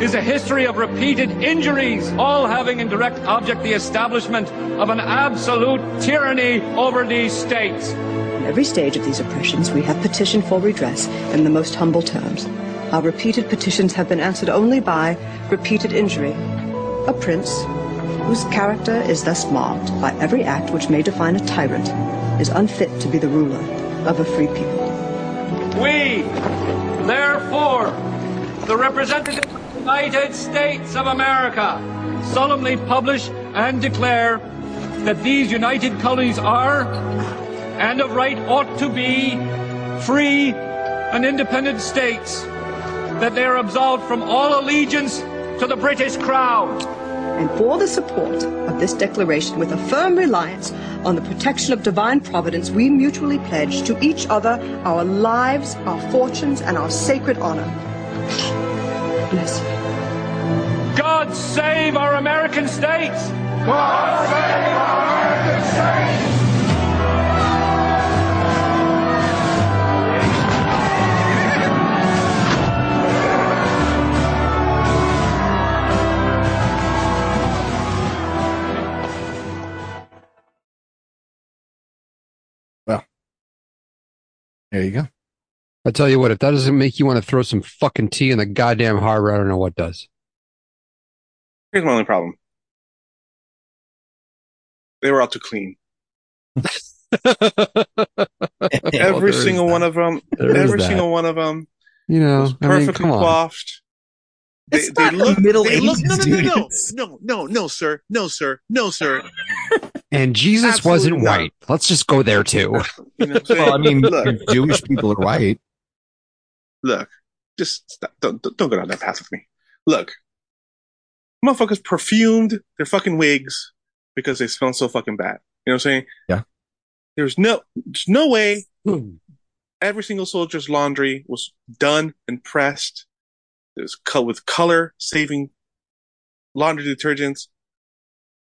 Speaker 6: is a history of repeated injuries, all having in direct object the establishment of an absolute tyranny over these states.
Speaker 8: In every stage of these oppressions, we have petitioned for redress in the most humble terms. Our repeated petitions have been answered only by repeated injury. A prince, whose character is thus marked by every act which may define a tyrant, is unfit to be the ruler of a free people.
Speaker 6: We, therefore, the representatives of the United States of America, solemnly publish and declare that these United Colonies are, and of right ought to be, free and independent states, that they are absolved from all allegiance to the British Crown.
Speaker 8: And for the support of this declaration, with a firm reliance on the protection of divine providence, we mutually pledge to each other our lives, our fortunes, and our sacred honor. Bless you.
Speaker 6: God save our American states!
Speaker 2: There you go.
Speaker 1: I tell you what, if that doesn't make you want to throw some fucking tea in the goddamn harbor, I don't know what does.
Speaker 3: Here's my only problem. They were all too clean.
Speaker 1: Well,
Speaker 3: every
Speaker 1: there is
Speaker 3: single
Speaker 1: that.
Speaker 3: one of them.
Speaker 1: There is
Speaker 3: every
Speaker 1: that.
Speaker 3: single one of them.
Speaker 1: You know, I mean,
Speaker 3: perfectly
Speaker 1: come on.
Speaker 3: coiffed. They,
Speaker 2: It's not a middle
Speaker 3: they look-
Speaker 2: 80s
Speaker 3: no, no, no, no,
Speaker 2: dudes.
Speaker 3: no, no, no, sir, no, sir, no, sir.
Speaker 1: And Jesus
Speaker 3: Absolutely
Speaker 1: wasn't
Speaker 3: not.
Speaker 1: white. Let's just go there too.
Speaker 3: You know what I'm saying?
Speaker 2: Well, I mean,
Speaker 3: look,
Speaker 2: Jewish people are white.
Speaker 3: look, just stop. Don't, don't don't go down that path with me. Look, motherfuckers perfumed their fucking wigs because they smell so fucking bad. You know what I'm saying?
Speaker 2: Yeah.
Speaker 3: There's no, there's no way every single soldier's laundry was done and pressed. It was co- with color saving laundry detergents.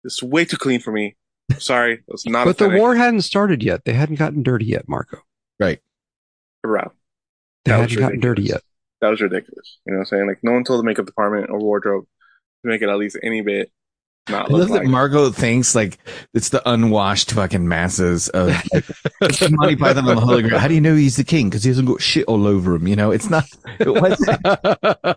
Speaker 3: It's way too clean for me. Sorry, it's not.
Speaker 1: But the
Speaker 3: authentic.
Speaker 1: war hadn't started yet. They hadn't gotten dirty yet, Marco.
Speaker 3: Around.
Speaker 1: They
Speaker 3: That was
Speaker 1: hadn't gotten dirty
Speaker 3: ridiculous.
Speaker 1: yet.
Speaker 3: that was ridiculous. You know what I'm saying? Like no one told the makeup department or wardrobe to make it at least any bit
Speaker 2: I
Speaker 3: not
Speaker 2: love
Speaker 3: look
Speaker 2: that
Speaker 3: like
Speaker 2: Margot thinks like it's the unwashed fucking masses of like, it's Monty Python on the Holy Grail. How do you know he's the king? Because he hasn't got shit all over him. You know, it's not. It wasn't,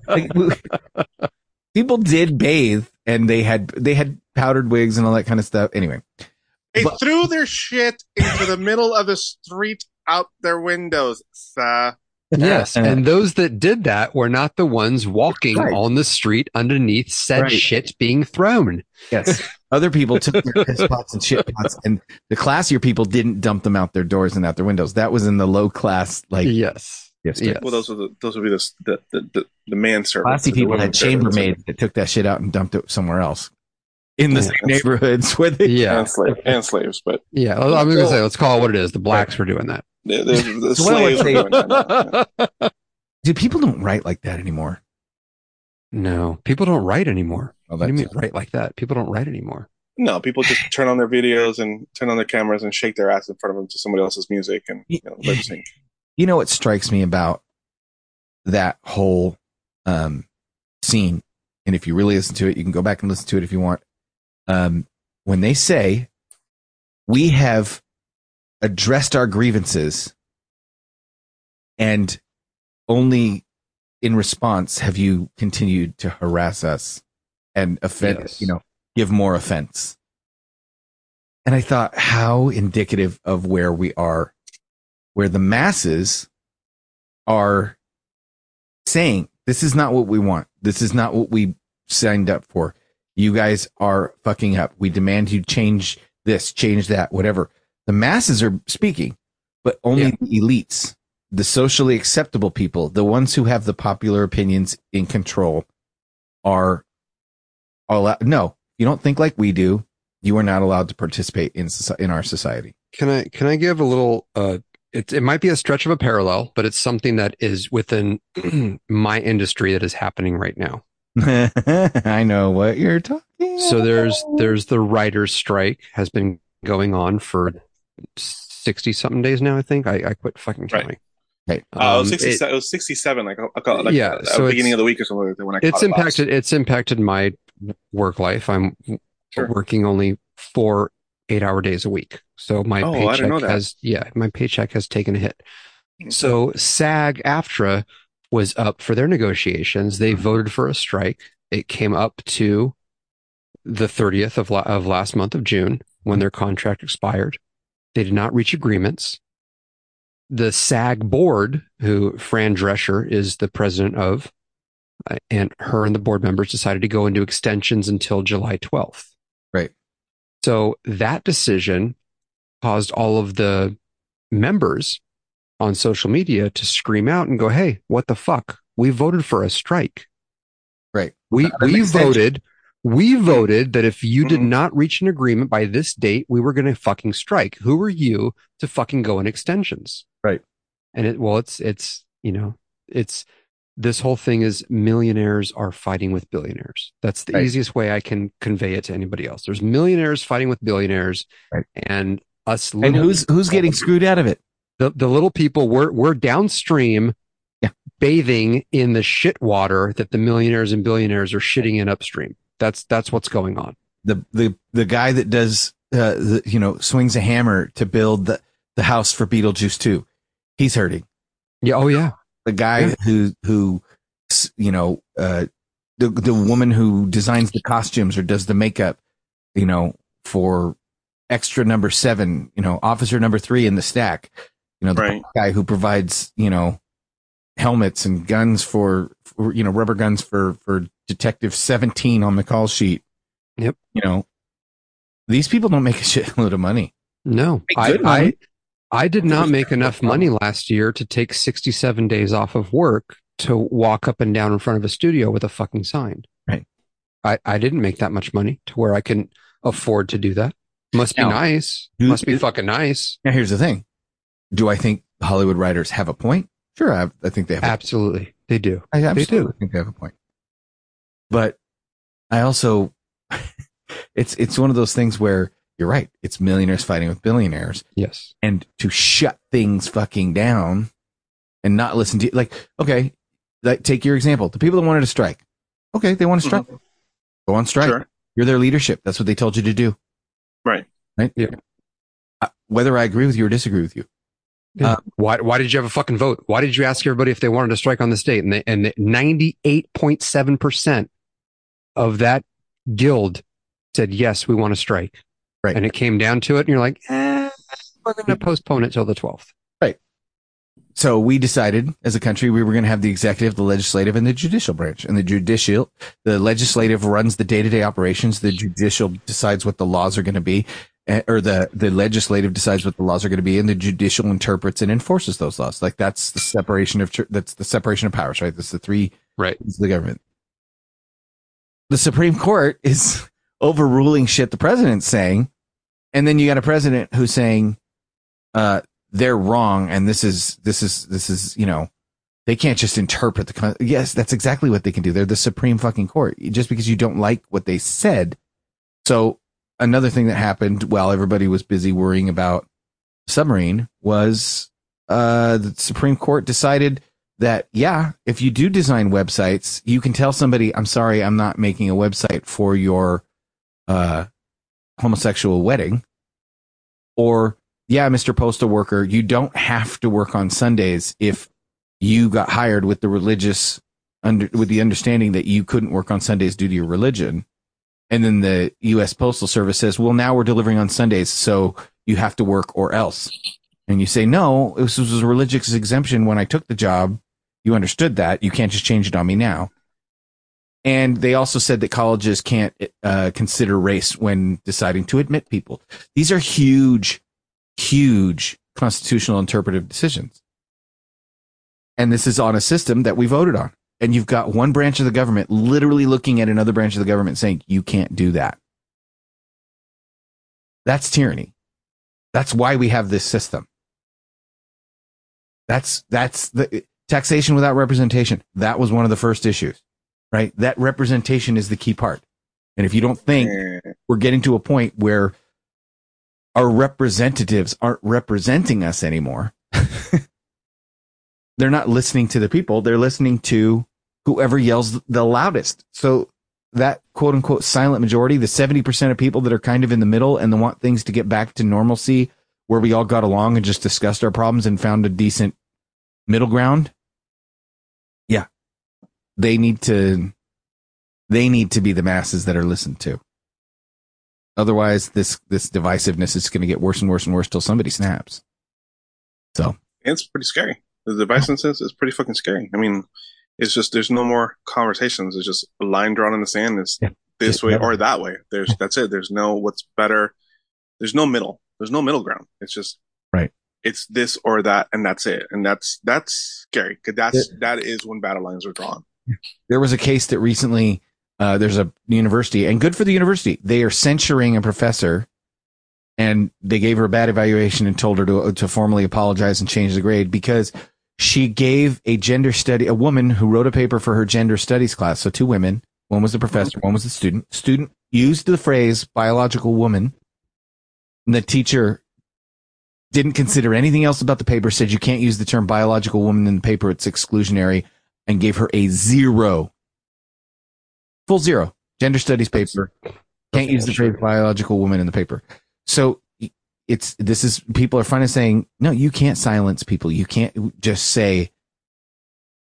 Speaker 2: like, we- people did bathe and they had they had powdered wigs and all that kind of stuff. Anyway,
Speaker 3: they
Speaker 2: But-
Speaker 3: threw their shit into the middle of the street out their windows. sir.
Speaker 1: Yes,
Speaker 2: Uh,
Speaker 1: and those that did that were not the ones walking
Speaker 2: Right.
Speaker 1: on the street underneath said
Speaker 2: Right.
Speaker 1: shit being thrown.
Speaker 2: Yes. Other people took their piss pots and shit pots, and the classier people didn't dump them out their doors and out their windows. That was in the low class, like
Speaker 1: yes,
Speaker 2: district.
Speaker 1: yes.
Speaker 3: Well, those would the, those would be the the the, the, the man service.
Speaker 2: classy
Speaker 3: the
Speaker 2: people
Speaker 3: women
Speaker 2: had
Speaker 3: servants.
Speaker 2: chambermaids that took that shit out and dumped it somewhere else in the
Speaker 1: Yeah.
Speaker 2: same neighborhoods where they.
Speaker 1: yeah,
Speaker 3: and, slave, and slaves, but
Speaker 1: yeah. Well, I'm gonna say let's call it what it is. The blacks were doing that.
Speaker 3: the, the, the
Speaker 2: So what I would
Speaker 3: slaves were
Speaker 2: say-
Speaker 3: doing that.
Speaker 2: Dude, people don't write like that anymore.
Speaker 1: no, people don't write anymore.
Speaker 2: All
Speaker 1: What do you mean
Speaker 2: that-
Speaker 1: write like that? People don't write anymore.
Speaker 3: No, people just turn on their videos and turn on their cameras and shake their ass in front of them to somebody else's music and you know, lip sync.
Speaker 2: You know what strikes me about that whole um, scene, and if you really listen to it, you can go back and listen to it if you want. Um, when they say, "We have addressed our grievances," and only in response have you continued to harass us and offend,
Speaker 1: Yes.
Speaker 2: you know, give more offense. And I thought, how indicative of where we are, where the masses are saying, this is not what we want. This is not what we signed up for. You guys are fucking up. We demand you change this, change that, whatever. The masses are speaking, but only
Speaker 1: Yeah.
Speaker 2: the elites, the socially acceptable people, the ones who have the popular opinions in control are all out. No, you don't think like we do. You are not allowed to participate in soci- in our society.
Speaker 1: Can I can I give a little? Uh, it it might be a stretch of a parallel, but it's something that is within my industry that is happening right now.
Speaker 2: I know what you're talking.
Speaker 1: so there's
Speaker 2: about.
Speaker 1: there's the writers strike has been going on for 60 something days now i think i, I quit fucking
Speaker 3: Right.
Speaker 1: counting
Speaker 2: Right.
Speaker 3: Uh, it, was
Speaker 1: Um,
Speaker 3: 67,
Speaker 1: it-
Speaker 3: it, was 67, like, I call it, like
Speaker 1: Yeah,
Speaker 3: yeah,
Speaker 1: so
Speaker 3: beginning
Speaker 1: it's-
Speaker 3: of the week or something like that when I
Speaker 1: it's
Speaker 3: caught it last.
Speaker 1: impacted it's impacted my work life i'm
Speaker 3: Sure.
Speaker 1: working only four eight hour days a week so my
Speaker 3: Oh, I didn't know
Speaker 1: paycheck
Speaker 3: that. Hmm.
Speaker 1: has yeah my paycheck has taken a hit so sag aftra was up for their negotiations
Speaker 3: Mm-hmm.
Speaker 1: they voted for a strike it came up to the 30th of, la- of last month of june when their contract expired they did not reach agreements the sag board who fran drescher is the president of uh, and her and the board members decided to go into extensions until July 12th.
Speaker 2: Right.
Speaker 1: So that decision caused all of the members on social media to scream out and go, "Hey, what the fuck? We voted for a strike.
Speaker 2: Right. Mm-hmm.
Speaker 1: We
Speaker 2: That
Speaker 1: we
Speaker 2: makes sense.
Speaker 1: voted we voted that if you did
Speaker 2: Mm-hmm.
Speaker 3: Mhm.
Speaker 1: not reach an agreement by this date, we were going to fucking strike. Who are you to fucking go in extensions?"
Speaker 2: Right.
Speaker 1: And it well, it's it's, you know, it's this whole thing is millionaires are fighting with billionaires. That's the
Speaker 2: Right.
Speaker 1: easiest way I can convey it to anybody else. There's millionaires fighting with billionaires,
Speaker 2: Right.
Speaker 1: and us
Speaker 2: and
Speaker 1: little,
Speaker 2: who's who's getting screwed out of it?
Speaker 1: the, the little people. We're we're downstream,
Speaker 2: Yeah.
Speaker 1: bathing in the shit water that the millionaires and billionaires are shitting in upstream. That's that's what's going on.
Speaker 2: the the the guy that does uh the, you know swings a hammer to build the the house for Beetlejuice 2 he's hurting
Speaker 1: Yeah. Oh yeah.
Speaker 2: the guy
Speaker 1: Yeah.
Speaker 2: who who s- you know uh the the woman who designs the costumes or does the makeup you know for extra number 7 you know officer number 3 in the stack you know the
Speaker 3: Right.
Speaker 2: guy who provides you know helmets and guns for, for you know rubber guns for for detective 17 on the call sheet
Speaker 1: Yep.
Speaker 2: you know these people don't make a shitload of money
Speaker 1: No,
Speaker 2: Make
Speaker 1: I,
Speaker 2: good
Speaker 1: I
Speaker 2: money.
Speaker 1: I did not make enough money last year to take 67 days off of work to walk up and down in front of a studio with a fucking sign.
Speaker 2: Right.
Speaker 1: I, I didn't make that much money to where I can afford to do that. Must be
Speaker 2: Now,
Speaker 1: nice.
Speaker 2: do-
Speaker 1: Must be fucking nice.
Speaker 2: now here's the thing do i think hollywood writers have a point sure i, I think they have a
Speaker 1: Absolutely. They do.
Speaker 2: I
Speaker 1: absolutely
Speaker 2: think they have a point. But I also, it's it's one of those things where you're right. It's millionaires fighting with billionaires,
Speaker 1: Yes.
Speaker 2: and to shut things fucking down and not listen to like okay, like take your example. The people that wanted to strike, okay, they want to strike, go on strike.
Speaker 3: Mm-hmm. Sure.
Speaker 2: You're their leadership. That's what they told you to do.
Speaker 3: Right.
Speaker 2: Right.
Speaker 1: Yeah.
Speaker 2: Uh, Whether I agree with you or disagree with you,
Speaker 1: Yeah.
Speaker 2: Uh,
Speaker 1: why, why did you have a fucking vote? Why did you ask everybody if they wanted to strike on this date? And they, and they- 98.7% of that guild said, yes, we want to strike.
Speaker 2: Right.
Speaker 1: And it came down to it. And you're like, eh, we're going to postpone it till the 12th.
Speaker 2: so we decided as a country we were going to have the executive, the legislative, and the judicial branch. And the judicial, the legislative runs the day to day operations. The judicial decides what the laws are going to be, eh, or the the legislative decides what the laws are going to be, and the judicial interprets and enforces those laws. Like that's the separation of chur- that's the separation of powers, right? That's the three
Speaker 1: Right.
Speaker 2: arms of the government. The Supreme Court is overruling shit the president's saying, and then you got a president who's saying, uh, they're wrong and this is this is this is you know they can't just interpret the con- yes that's exactly what they can do they're the supreme fucking court just because you don't like what they said so another thing that happened while everybody was busy worrying about submarine was uh the supreme court decided that yeah if you do design websites you can tell somebody i'm sorry i'm not making a website for your uh homosexual wedding or yeah, Mr. Postal Worker, you don't have to work on Sundays if you got hired with the religious under with the understanding that you couldn't work on Sundays due to your religion. And then the US Postal Service says, "Well, now we're delivering on Sundays, so you have to work or else." And you say, "No, this was a religious exemption when I took the job. You understood that. You can't just change it on me now." And they also said that colleges can't uh, consider race when deciding to admit people. These are huge huge constitutional interpretive decisions. And this is on a system that we voted on. And you've got one branch of the government literally looking at another branch of the government saying, you can't do that. That's tyranny. That's why we have this system. That's, that's the taxation without representation. That was one of the first issues, right? That representation is the key part. And if you don't think we're getting to a point where our representatives aren't representing us anymore. They're not listening to the people. They're listening to whoever yells the loudest. So that quote unquote silent majority, the 70% of people that are kind of in the middle and that want things to get back to normalcy where we all got along and just discussed our problems and found a decent middle ground. Yeah. They need to, they need to be the masses that are listened to. Otherwise, this this divisiveness is going to get worse and worse and worse till somebody snaps. So
Speaker 3: It's pretty scary. The divisiveness is pretty fucking scary. I mean, it's just there's no more conversations. It's just a line drawn in the sand. It's
Speaker 2: Yeah.
Speaker 3: this way
Speaker 2: Yeah.
Speaker 3: or that way. There's that's it. There's no what's better. There's no middle. There's no middle ground. It's just
Speaker 2: Right.
Speaker 3: It's this or that, and that's it. And that's that's scary. 'cause that's that is when battle lines are drawn.
Speaker 2: there was a case that recently uh, there's a university, and good for the university. They are censuring a professor, and they gave her a bad evaluation and told her to to formally apologize and change the grade because she gave a gender study a woman who wrote a paper for her gender studies class. So two women, one was the professor, one was the student. Student used the phrase biological woman, and the teacher didn't consider anything else about the paper. Said you can't use the term biological woman in the paper; it's exclusionary, and gave her a zero full zero gender studies paper can't use the phrase biological woman in the paper so it's this is people are finally saying no you can't silence people you can't just say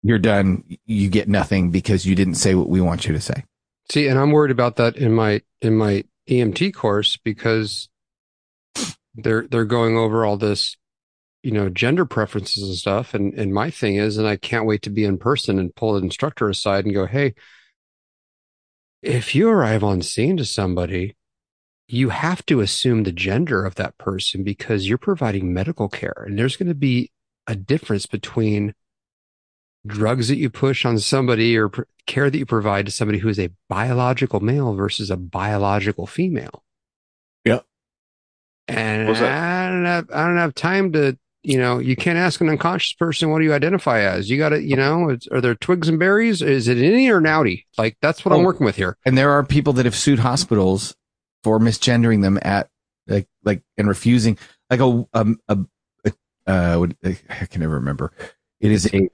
Speaker 2: you're done you get nothing because you didn't say what we want you to say
Speaker 1: See, and I'm worried about that in my in my E EMT course because they're they're going over all this you know, gender preferences and stuff. And and my thing is, and I can't wait to be in person and pull the instructor aside and go, hey, if you arrive on scene to somebody, you have to assume the gender of that person because you're providing medical care, and there's going to be a difference between drugs that you push on somebody or pr- care that you provide to somebody who is a biological male versus a biological female.
Speaker 2: Yeah.
Speaker 1: And
Speaker 3: What's that?
Speaker 1: I don't have I don't have time to you know you can't ask an unconscious person what do you identify as you got to you know it's, are there twigs and berries is it innie or naughty like that's what I'm
Speaker 2: Oh.
Speaker 1: working with here.
Speaker 2: And there are people that have sued hospitals for misgendering them at like like and refusing like a um a, a uh what- I can never remember. It is a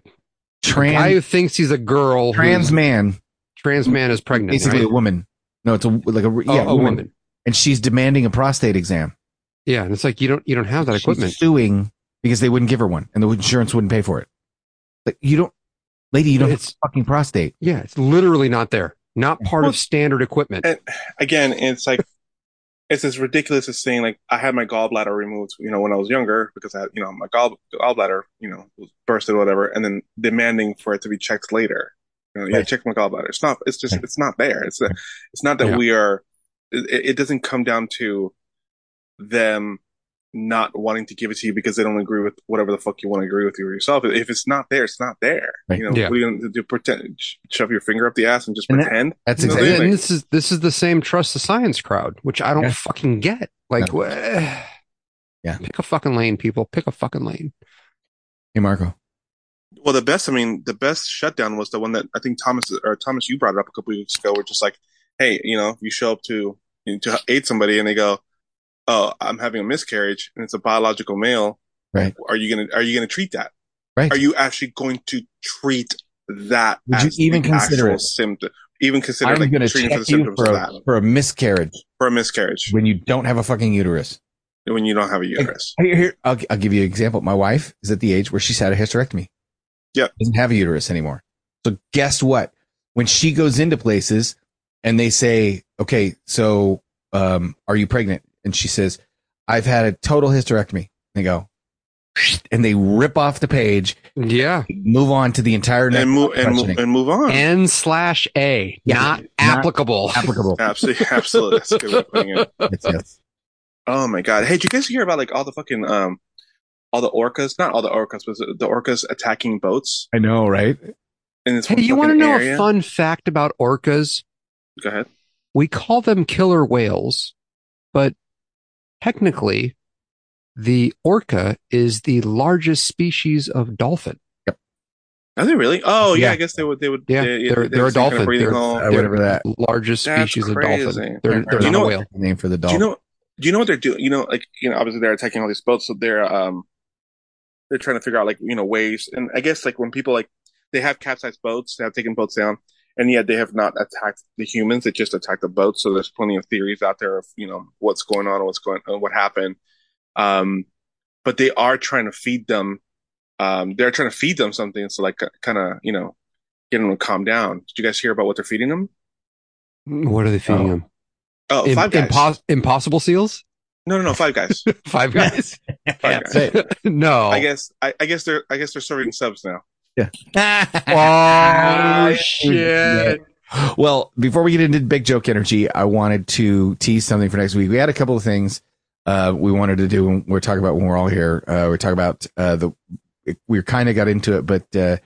Speaker 1: Trans, guy who
Speaker 2: trans
Speaker 1: thinks he's a girl who's-
Speaker 2: trans man,
Speaker 1: trans man is pregnant
Speaker 2: basically
Speaker 1: right?
Speaker 2: a woman. No, it's a like a
Speaker 1: Oh,
Speaker 2: yeah
Speaker 1: a
Speaker 2: woman.
Speaker 1: woman.
Speaker 2: and she's demanding a prostate exam.
Speaker 1: Yeah, and it's like you don't you don't have that
Speaker 2: She's
Speaker 1: equipment.
Speaker 2: suing because they wouldn't give her one, and the insurance wouldn't pay for it. Like you don't, lady, you don't have
Speaker 1: It's-
Speaker 2: a fucking prostate.
Speaker 1: Yeah, it's literally not there. Not part
Speaker 3: Well,
Speaker 1: of standard equipment.
Speaker 3: and- again, it's like it's as ridiculous as saying like I had my gallbladder removed, you know, when I was younger because I, had, you know, my gall gallbladder, you know, was bursted or whatever, and then demanding for it to be checked later. You know, yeah,
Speaker 2: Right.
Speaker 3: check my gallbladder. It's not. It's just.
Speaker 2: Right.
Speaker 3: It's not there. It's. A, it's not that
Speaker 1: Yeah.
Speaker 3: we are. It, it doesn't come down to them not wanting to give it to you because they don't agree with whatever the fuck you want to agree with yourself. If it's not there, it's not there.
Speaker 2: Right.
Speaker 3: You know,
Speaker 1: Yeah.
Speaker 3: what are you going to do? Pretend, sh- shove your finger up the ass and just
Speaker 2: And that-
Speaker 3: pretend.
Speaker 2: That's
Speaker 3: No,
Speaker 1: And
Speaker 2: exactly.
Speaker 3: they-
Speaker 1: then this is this is the same trust the science crowd, which I don't
Speaker 2: Yeah.
Speaker 1: fucking get. Like,
Speaker 2: No.
Speaker 1: wha-
Speaker 2: Yeah.
Speaker 1: pick a fucking lane, people. Pick a fucking lane.
Speaker 2: Hey, Marco.
Speaker 3: Well, the best, I mean, the best shutdown was the one that I think Thomas or Thomas, you brought it up a couple weeks ago. We're just like, hey, you know, you show up to to aid somebody, and they go, "Oh, I'm having a miscarriage, and it's a biological male."
Speaker 2: Right.
Speaker 3: Are you gonna Are you gonna treat that?
Speaker 2: Right.
Speaker 3: Are you actually going to treat that?
Speaker 2: Would you even consider
Speaker 3: actual
Speaker 2: it?
Speaker 3: symptom? Even consider
Speaker 2: I'm
Speaker 3: like
Speaker 2: going to
Speaker 3: treating for the
Speaker 2: check you
Speaker 3: symptoms
Speaker 2: for
Speaker 3: of
Speaker 2: a,
Speaker 3: that
Speaker 2: for a miscarriage
Speaker 3: for a miscarriage
Speaker 2: when you don't have a fucking uterus.
Speaker 3: when you don't have a uterus.
Speaker 2: Here, here. I'll, I'll give you an example. My wife is at the age where she's had a hysterectomy.
Speaker 3: Yep.
Speaker 2: Doesn't have a uterus anymore. So guess what? When she goes into places and they say, okay, so um, are you pregnant? And she says, I've had a total hysterectomy. They go, and they rip off the page,
Speaker 1: Yeah.
Speaker 2: move on to the entire next
Speaker 3: And move and move
Speaker 2: questioning.
Speaker 3: and move on.
Speaker 1: N slash A.
Speaker 2: Yeah.
Speaker 1: Not
Speaker 2: Not-
Speaker 1: applicable.
Speaker 2: applicable.
Speaker 3: absolutely, absolutely. That's a good way of putting it.
Speaker 2: Yes, yes.
Speaker 3: Oh my god! Hey, did you guys hear about like all the fucking um, all the orcas? Not all the orcas, but the orcas attacking boats
Speaker 2: I know, right?
Speaker 3: in this.
Speaker 1: Hey,
Speaker 3: one
Speaker 1: you want to
Speaker 3: fucking
Speaker 1: know
Speaker 3: area?
Speaker 1: a fun fact about orcas?
Speaker 3: Go ahead.
Speaker 1: we call them killer whales, but technically, the orca is the largest species of dolphin.
Speaker 3: Are they really? Oh yeah,
Speaker 2: Yeah.
Speaker 3: I guess they would. They would.
Speaker 1: Yeah,
Speaker 3: they,
Speaker 1: they're-
Speaker 3: they
Speaker 1: they're
Speaker 3: were
Speaker 1: a
Speaker 3: some kind of
Speaker 1: dolphin.
Speaker 3: breathing
Speaker 1: They're-
Speaker 3: hole.
Speaker 2: Uh, whatever that.
Speaker 1: Largest
Speaker 3: That's
Speaker 1: species of
Speaker 3: crazy.
Speaker 1: dolphin. They're,
Speaker 2: Right.
Speaker 1: they're
Speaker 3: You
Speaker 1: not
Speaker 3: know-
Speaker 1: a whale.
Speaker 2: Name for the
Speaker 3: Do you
Speaker 2: dolphin.
Speaker 3: know? Do you know what they're doing? You know, like you know, obviously they're attacking all these boats, so they're um, they're trying to figure out like you know ways, and I guess like when people like they have capsized boats, they have taken boats down, and yet they have not attacked the humans; they just attacked the boats. So there's plenty of theories out there of you know what's going on, what's going, on, what happened. Um, but they are trying to feed them. Um, they're trying to feed them something, so like kind of you know get them to calm down. Did you guys hear about what they're feeding them?
Speaker 1: What are they feeding
Speaker 2: Oh.
Speaker 1: them?
Speaker 3: Oh,
Speaker 1: Im-
Speaker 3: five guys.
Speaker 1: impos- impossible seals?
Speaker 3: no, no, no, five guys.
Speaker 1: Five guys?
Speaker 3: Five
Speaker 2: That's
Speaker 3: guys.
Speaker 2: it.
Speaker 1: no.
Speaker 3: I guess I, I guess they're I guess they're serving subs now.
Speaker 1: Oh, shit.
Speaker 2: Well, before we get into big joke energy, I wanted to tease something for next week. We had a couple of things uh, we wanted to do when we're talking about when we're all here. Uh, we're talking about uh, the we kind of got into it, but uh,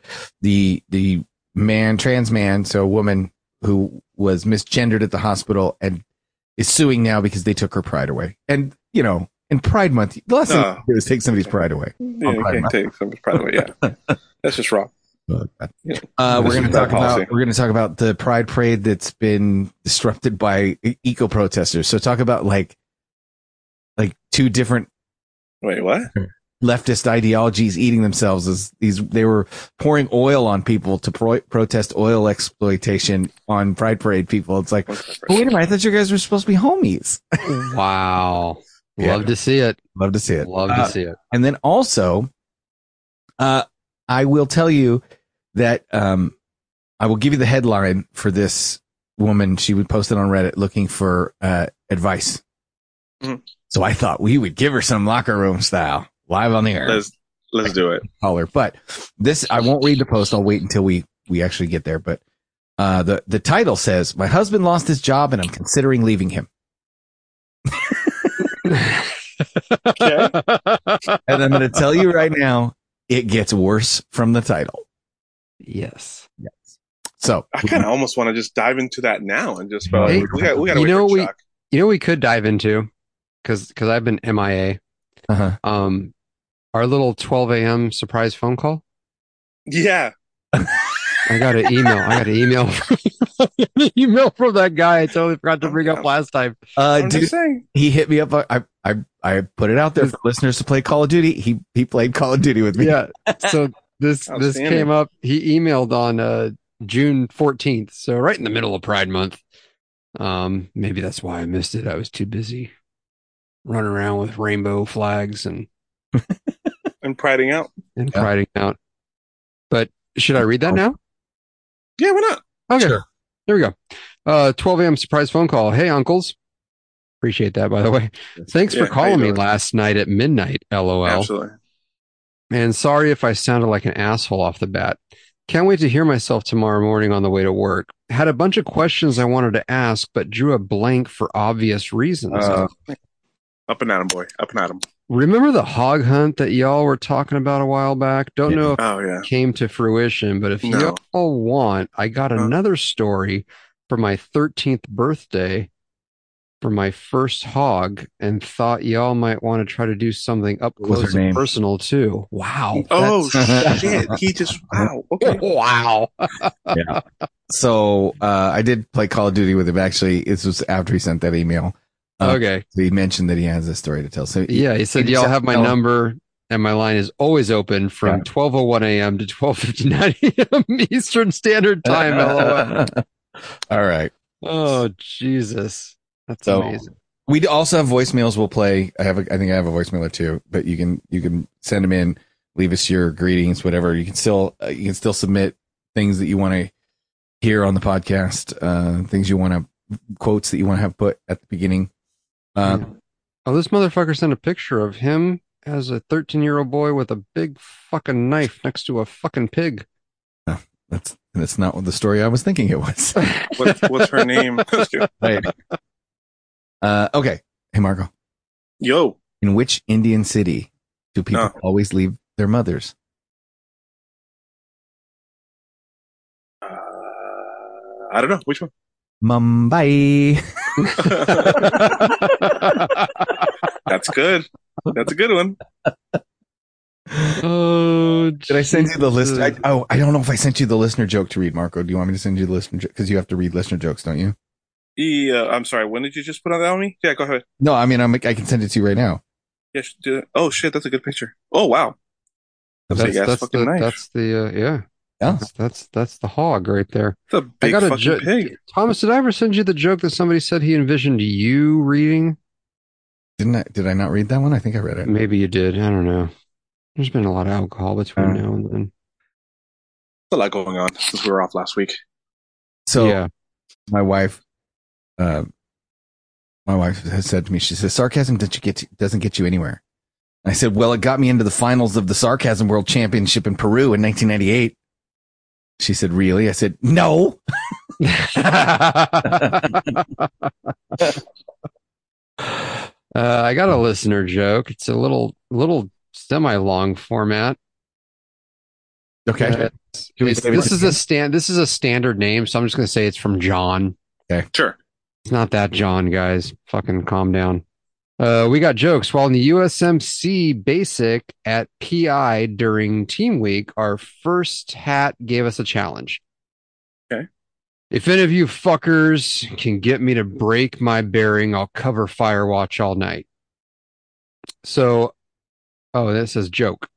Speaker 2: the the man, trans man, so a woman who was misgendered at the hospital and is suing now because they took her pride away. And you know, in Pride Month, the last thing
Speaker 3: Oh.
Speaker 2: you do is take somebody's pride away.
Speaker 3: Yeah,
Speaker 2: On
Speaker 3: you
Speaker 2: Pride
Speaker 3: can't
Speaker 2: Month.
Speaker 3: take something's pride away. Yeah, that's just wrong.
Speaker 2: Uh,
Speaker 3: Yeah.
Speaker 2: we're
Speaker 3: This
Speaker 2: going to
Speaker 3: is bad
Speaker 2: talk about
Speaker 3: policy.
Speaker 2: we're going to talk about the Pride Parade that's been disrupted by e, eco protesters. So talk about like like two different
Speaker 3: Wait, what?
Speaker 2: leftist ideologies eating themselves as these they were pouring oil on people to pro- protest oil exploitation on Pride Parade people. It's like,
Speaker 3: What's that
Speaker 2: oh, wait a minute, I thought you guys were supposed to be homies.
Speaker 1: Wow.
Speaker 2: Yeah.
Speaker 1: Love to see it.
Speaker 2: Love to see it.
Speaker 1: Love
Speaker 2: Uh,
Speaker 1: to see it.
Speaker 2: And then also, uh, I will tell you that um, I will give you the headline for this woman. She would post it on Reddit looking for uh, advice.
Speaker 3: Mhm. Mm-hmm.
Speaker 2: So I thought we would give her some locker room style. live on the air
Speaker 3: Let's let's do it.
Speaker 2: color. But this, I won't read the post. I'll wait until we we actually get there. But uh, the the title says, "My husband lost his job, and I'm considering leaving him." And I'm going to tell you right now, it gets worse from the title.
Speaker 1: yes.
Speaker 2: So
Speaker 3: I kind of almost want to just dive into that now and just well,
Speaker 1: Hey,
Speaker 3: we got we got to
Speaker 1: you
Speaker 3: wait
Speaker 1: know
Speaker 3: for
Speaker 1: we-
Speaker 3: Chuck.
Speaker 1: You know what we could dive into because because I've been MIA.
Speaker 2: uh-huh.
Speaker 1: Um, our little 12 a.m. surprise phone call.
Speaker 3: Yeah,
Speaker 1: I got an email. I got an email. From, an email from that guy. I totally forgot to bring up last time.
Speaker 2: uh,
Speaker 3: I'm
Speaker 2: dude,
Speaker 3: just saying.
Speaker 2: he hit me up. uh, I, I I put it out there for listeners to play Call of Duty. He he played Call of Duty with me.
Speaker 1: Yeah. So this this
Speaker 3: Outstanding.
Speaker 1: came up. He emailed on uh, June 14th. So right in the middle of Pride Month. Um, maybe that's why I missed it. I was too busy running around with rainbow flags and
Speaker 3: I'm priding out.
Speaker 1: and
Speaker 2: Yeah.
Speaker 1: priding out. But should I read that now?
Speaker 3: Yeah, why not?
Speaker 1: Okay. There we go. Uh, 12 a.m. surprise phone call. Hey, uncles. Appreciate that, by the way. Thanks
Speaker 3: Yeah,
Speaker 1: for
Speaker 3: how you
Speaker 1: calling me
Speaker 3: doing?
Speaker 1: last night at midnight. LOL.
Speaker 3: Absolutely.
Speaker 1: And sorry if I sounded like an asshole off the bat. Can't wait to hear myself tomorrow morning on the way to work. Had a bunch of questions I wanted to ask, but drew a blank for obvious reasons.
Speaker 3: Uh, up and at 'em, boy. Up and at 'em.
Speaker 1: Remember the hog hunt that y'all were talking about a while back? Don't know if
Speaker 3: Oh yeah.
Speaker 1: came to fruition. But if
Speaker 3: No.
Speaker 1: y'all want, I got
Speaker 3: Huh.
Speaker 1: another story for my 13th birthday for my first hog and thought y'all might want to try to do something up
Speaker 2: What was
Speaker 1: close
Speaker 2: her
Speaker 1: and
Speaker 2: name?
Speaker 1: personal too. Wow.
Speaker 3: Oh
Speaker 2: That's-
Speaker 3: shit! He just wow. Okay.
Speaker 1: Wow.
Speaker 2: So uh, I did play Call of Duty with him. Actually, this was after he sent that email. Uh,
Speaker 1: Okay.
Speaker 2: He mentioned that he has a story to tell. So
Speaker 1: Yeah. He said,
Speaker 2: he
Speaker 1: y'all
Speaker 2: just-
Speaker 1: have my
Speaker 2: no.
Speaker 1: number and my line is always open from 12.01 a.m. to 12.59 a.m. Eastern Standard Time. LOL.
Speaker 2: All right.
Speaker 1: Oh, Jesus. That's
Speaker 2: So-
Speaker 1: amazing.
Speaker 2: We d- also have voicemails. We'll play. I have. A, I think I have a voicemail or two, but you can you can send them in. Leave us your greetings, whatever. You can still uh, you can still submit things that you want to hear on the podcast. Uh, things you want to quotes that you want to have put at the beginning. Uh,
Speaker 1: Oh, this motherfucker sent a picture of him as a 13 year old boy with a big fucking knife next to a fucking pig.
Speaker 2: That's that's not what the story I was thinking it was.
Speaker 3: What's, what's her name? Let's go.
Speaker 2: Right. uh, okay. Hey, Marco.
Speaker 3: Yo,
Speaker 2: In which Indian city do people
Speaker 3: Oh.
Speaker 2: always leave their mothers?
Speaker 3: uh, I don't know which one.
Speaker 2: Mumbai.
Speaker 3: That's good. That's a good one.
Speaker 1: Oh,
Speaker 2: Did I send you the list? I, oh, I don't know if I sent you the listener joke to read, Marco. Do you want me to send you the listener joke? Because you have to read listener jokes, don't you?
Speaker 3: Yeah, E, uh, I'm sorry. When did you just put on that on me? Yeah, go ahead.
Speaker 2: No, I mean, I'm, I can send it to you right now.
Speaker 3: Yeah, should do it. Oh shit, that's a good picture. Oh wow, that's, a big ass fucking
Speaker 1: the,
Speaker 3: knife. That's,
Speaker 1: that's the, uh, yeah,
Speaker 2: Yeah.
Speaker 1: that's, that's, that's the hog right there.
Speaker 3: a big
Speaker 1: got a
Speaker 3: fucking
Speaker 1: ju-
Speaker 3: pig.
Speaker 1: Thomas, did I ever send you the joke that somebody said he envisioned you reading?
Speaker 2: Didn't I? Did I not read that one? I think I read it.
Speaker 1: Maybe you did. I don't know. There's been a lot of alcohol between
Speaker 2: Uh,
Speaker 1: now and then.
Speaker 3: There's a lot going on since we were off last week.
Speaker 2: So
Speaker 1: yeah.
Speaker 2: my wife, uh, my wife has said to me, she says, sarcasm doesn't get you, doesn't get you anywhere. I said, well, it got me into the finals of the sarcasm world championship in Peru in 1998. She said, really? I said, no.
Speaker 1: Uh, I got a listener joke. It's a little, little semi long format.
Speaker 2: Okay.
Speaker 1: Uh, it's-
Speaker 2: Should we
Speaker 1: it's-
Speaker 2: save it
Speaker 1: this
Speaker 2: to
Speaker 1: is
Speaker 2: the
Speaker 1: a stand. This is a standard name, so I'm just going to say it's from John.
Speaker 3: Sure.
Speaker 1: It's not that John, guys. Fucking calm down. Uh, we got jokes. While in the USMC basic at PI during team week, our first hat gave us a challenge.
Speaker 3: Okay.
Speaker 1: If any of you fuckers can get me to break my bearing, I'll cover Firewatch all night. So, oh, that says joke.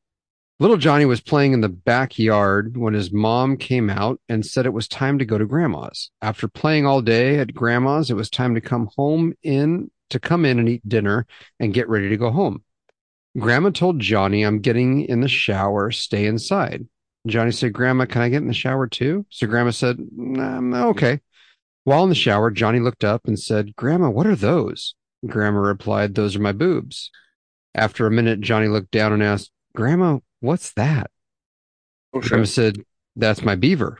Speaker 1: Little Johnny was playing in the backyard when his mom came out and said it was time to go to grandma's. After playing all day at grandma's, it was time to come home in to come in and eat dinner and get ready to go home. Grandma told Johnny, I'm getting in the shower, stay inside. Johnny said, Grandma, can I get in the shower too? So Grandma said, "Nah, Okay. While in the shower, Johnny looked up and said, Grandma, what are those? Grandma replied, Those are my boobs. After a minute, Johnny looked down and asked, Grandma, what's that?
Speaker 3: Oh, sure.
Speaker 1: Grandma said, That's my beaver.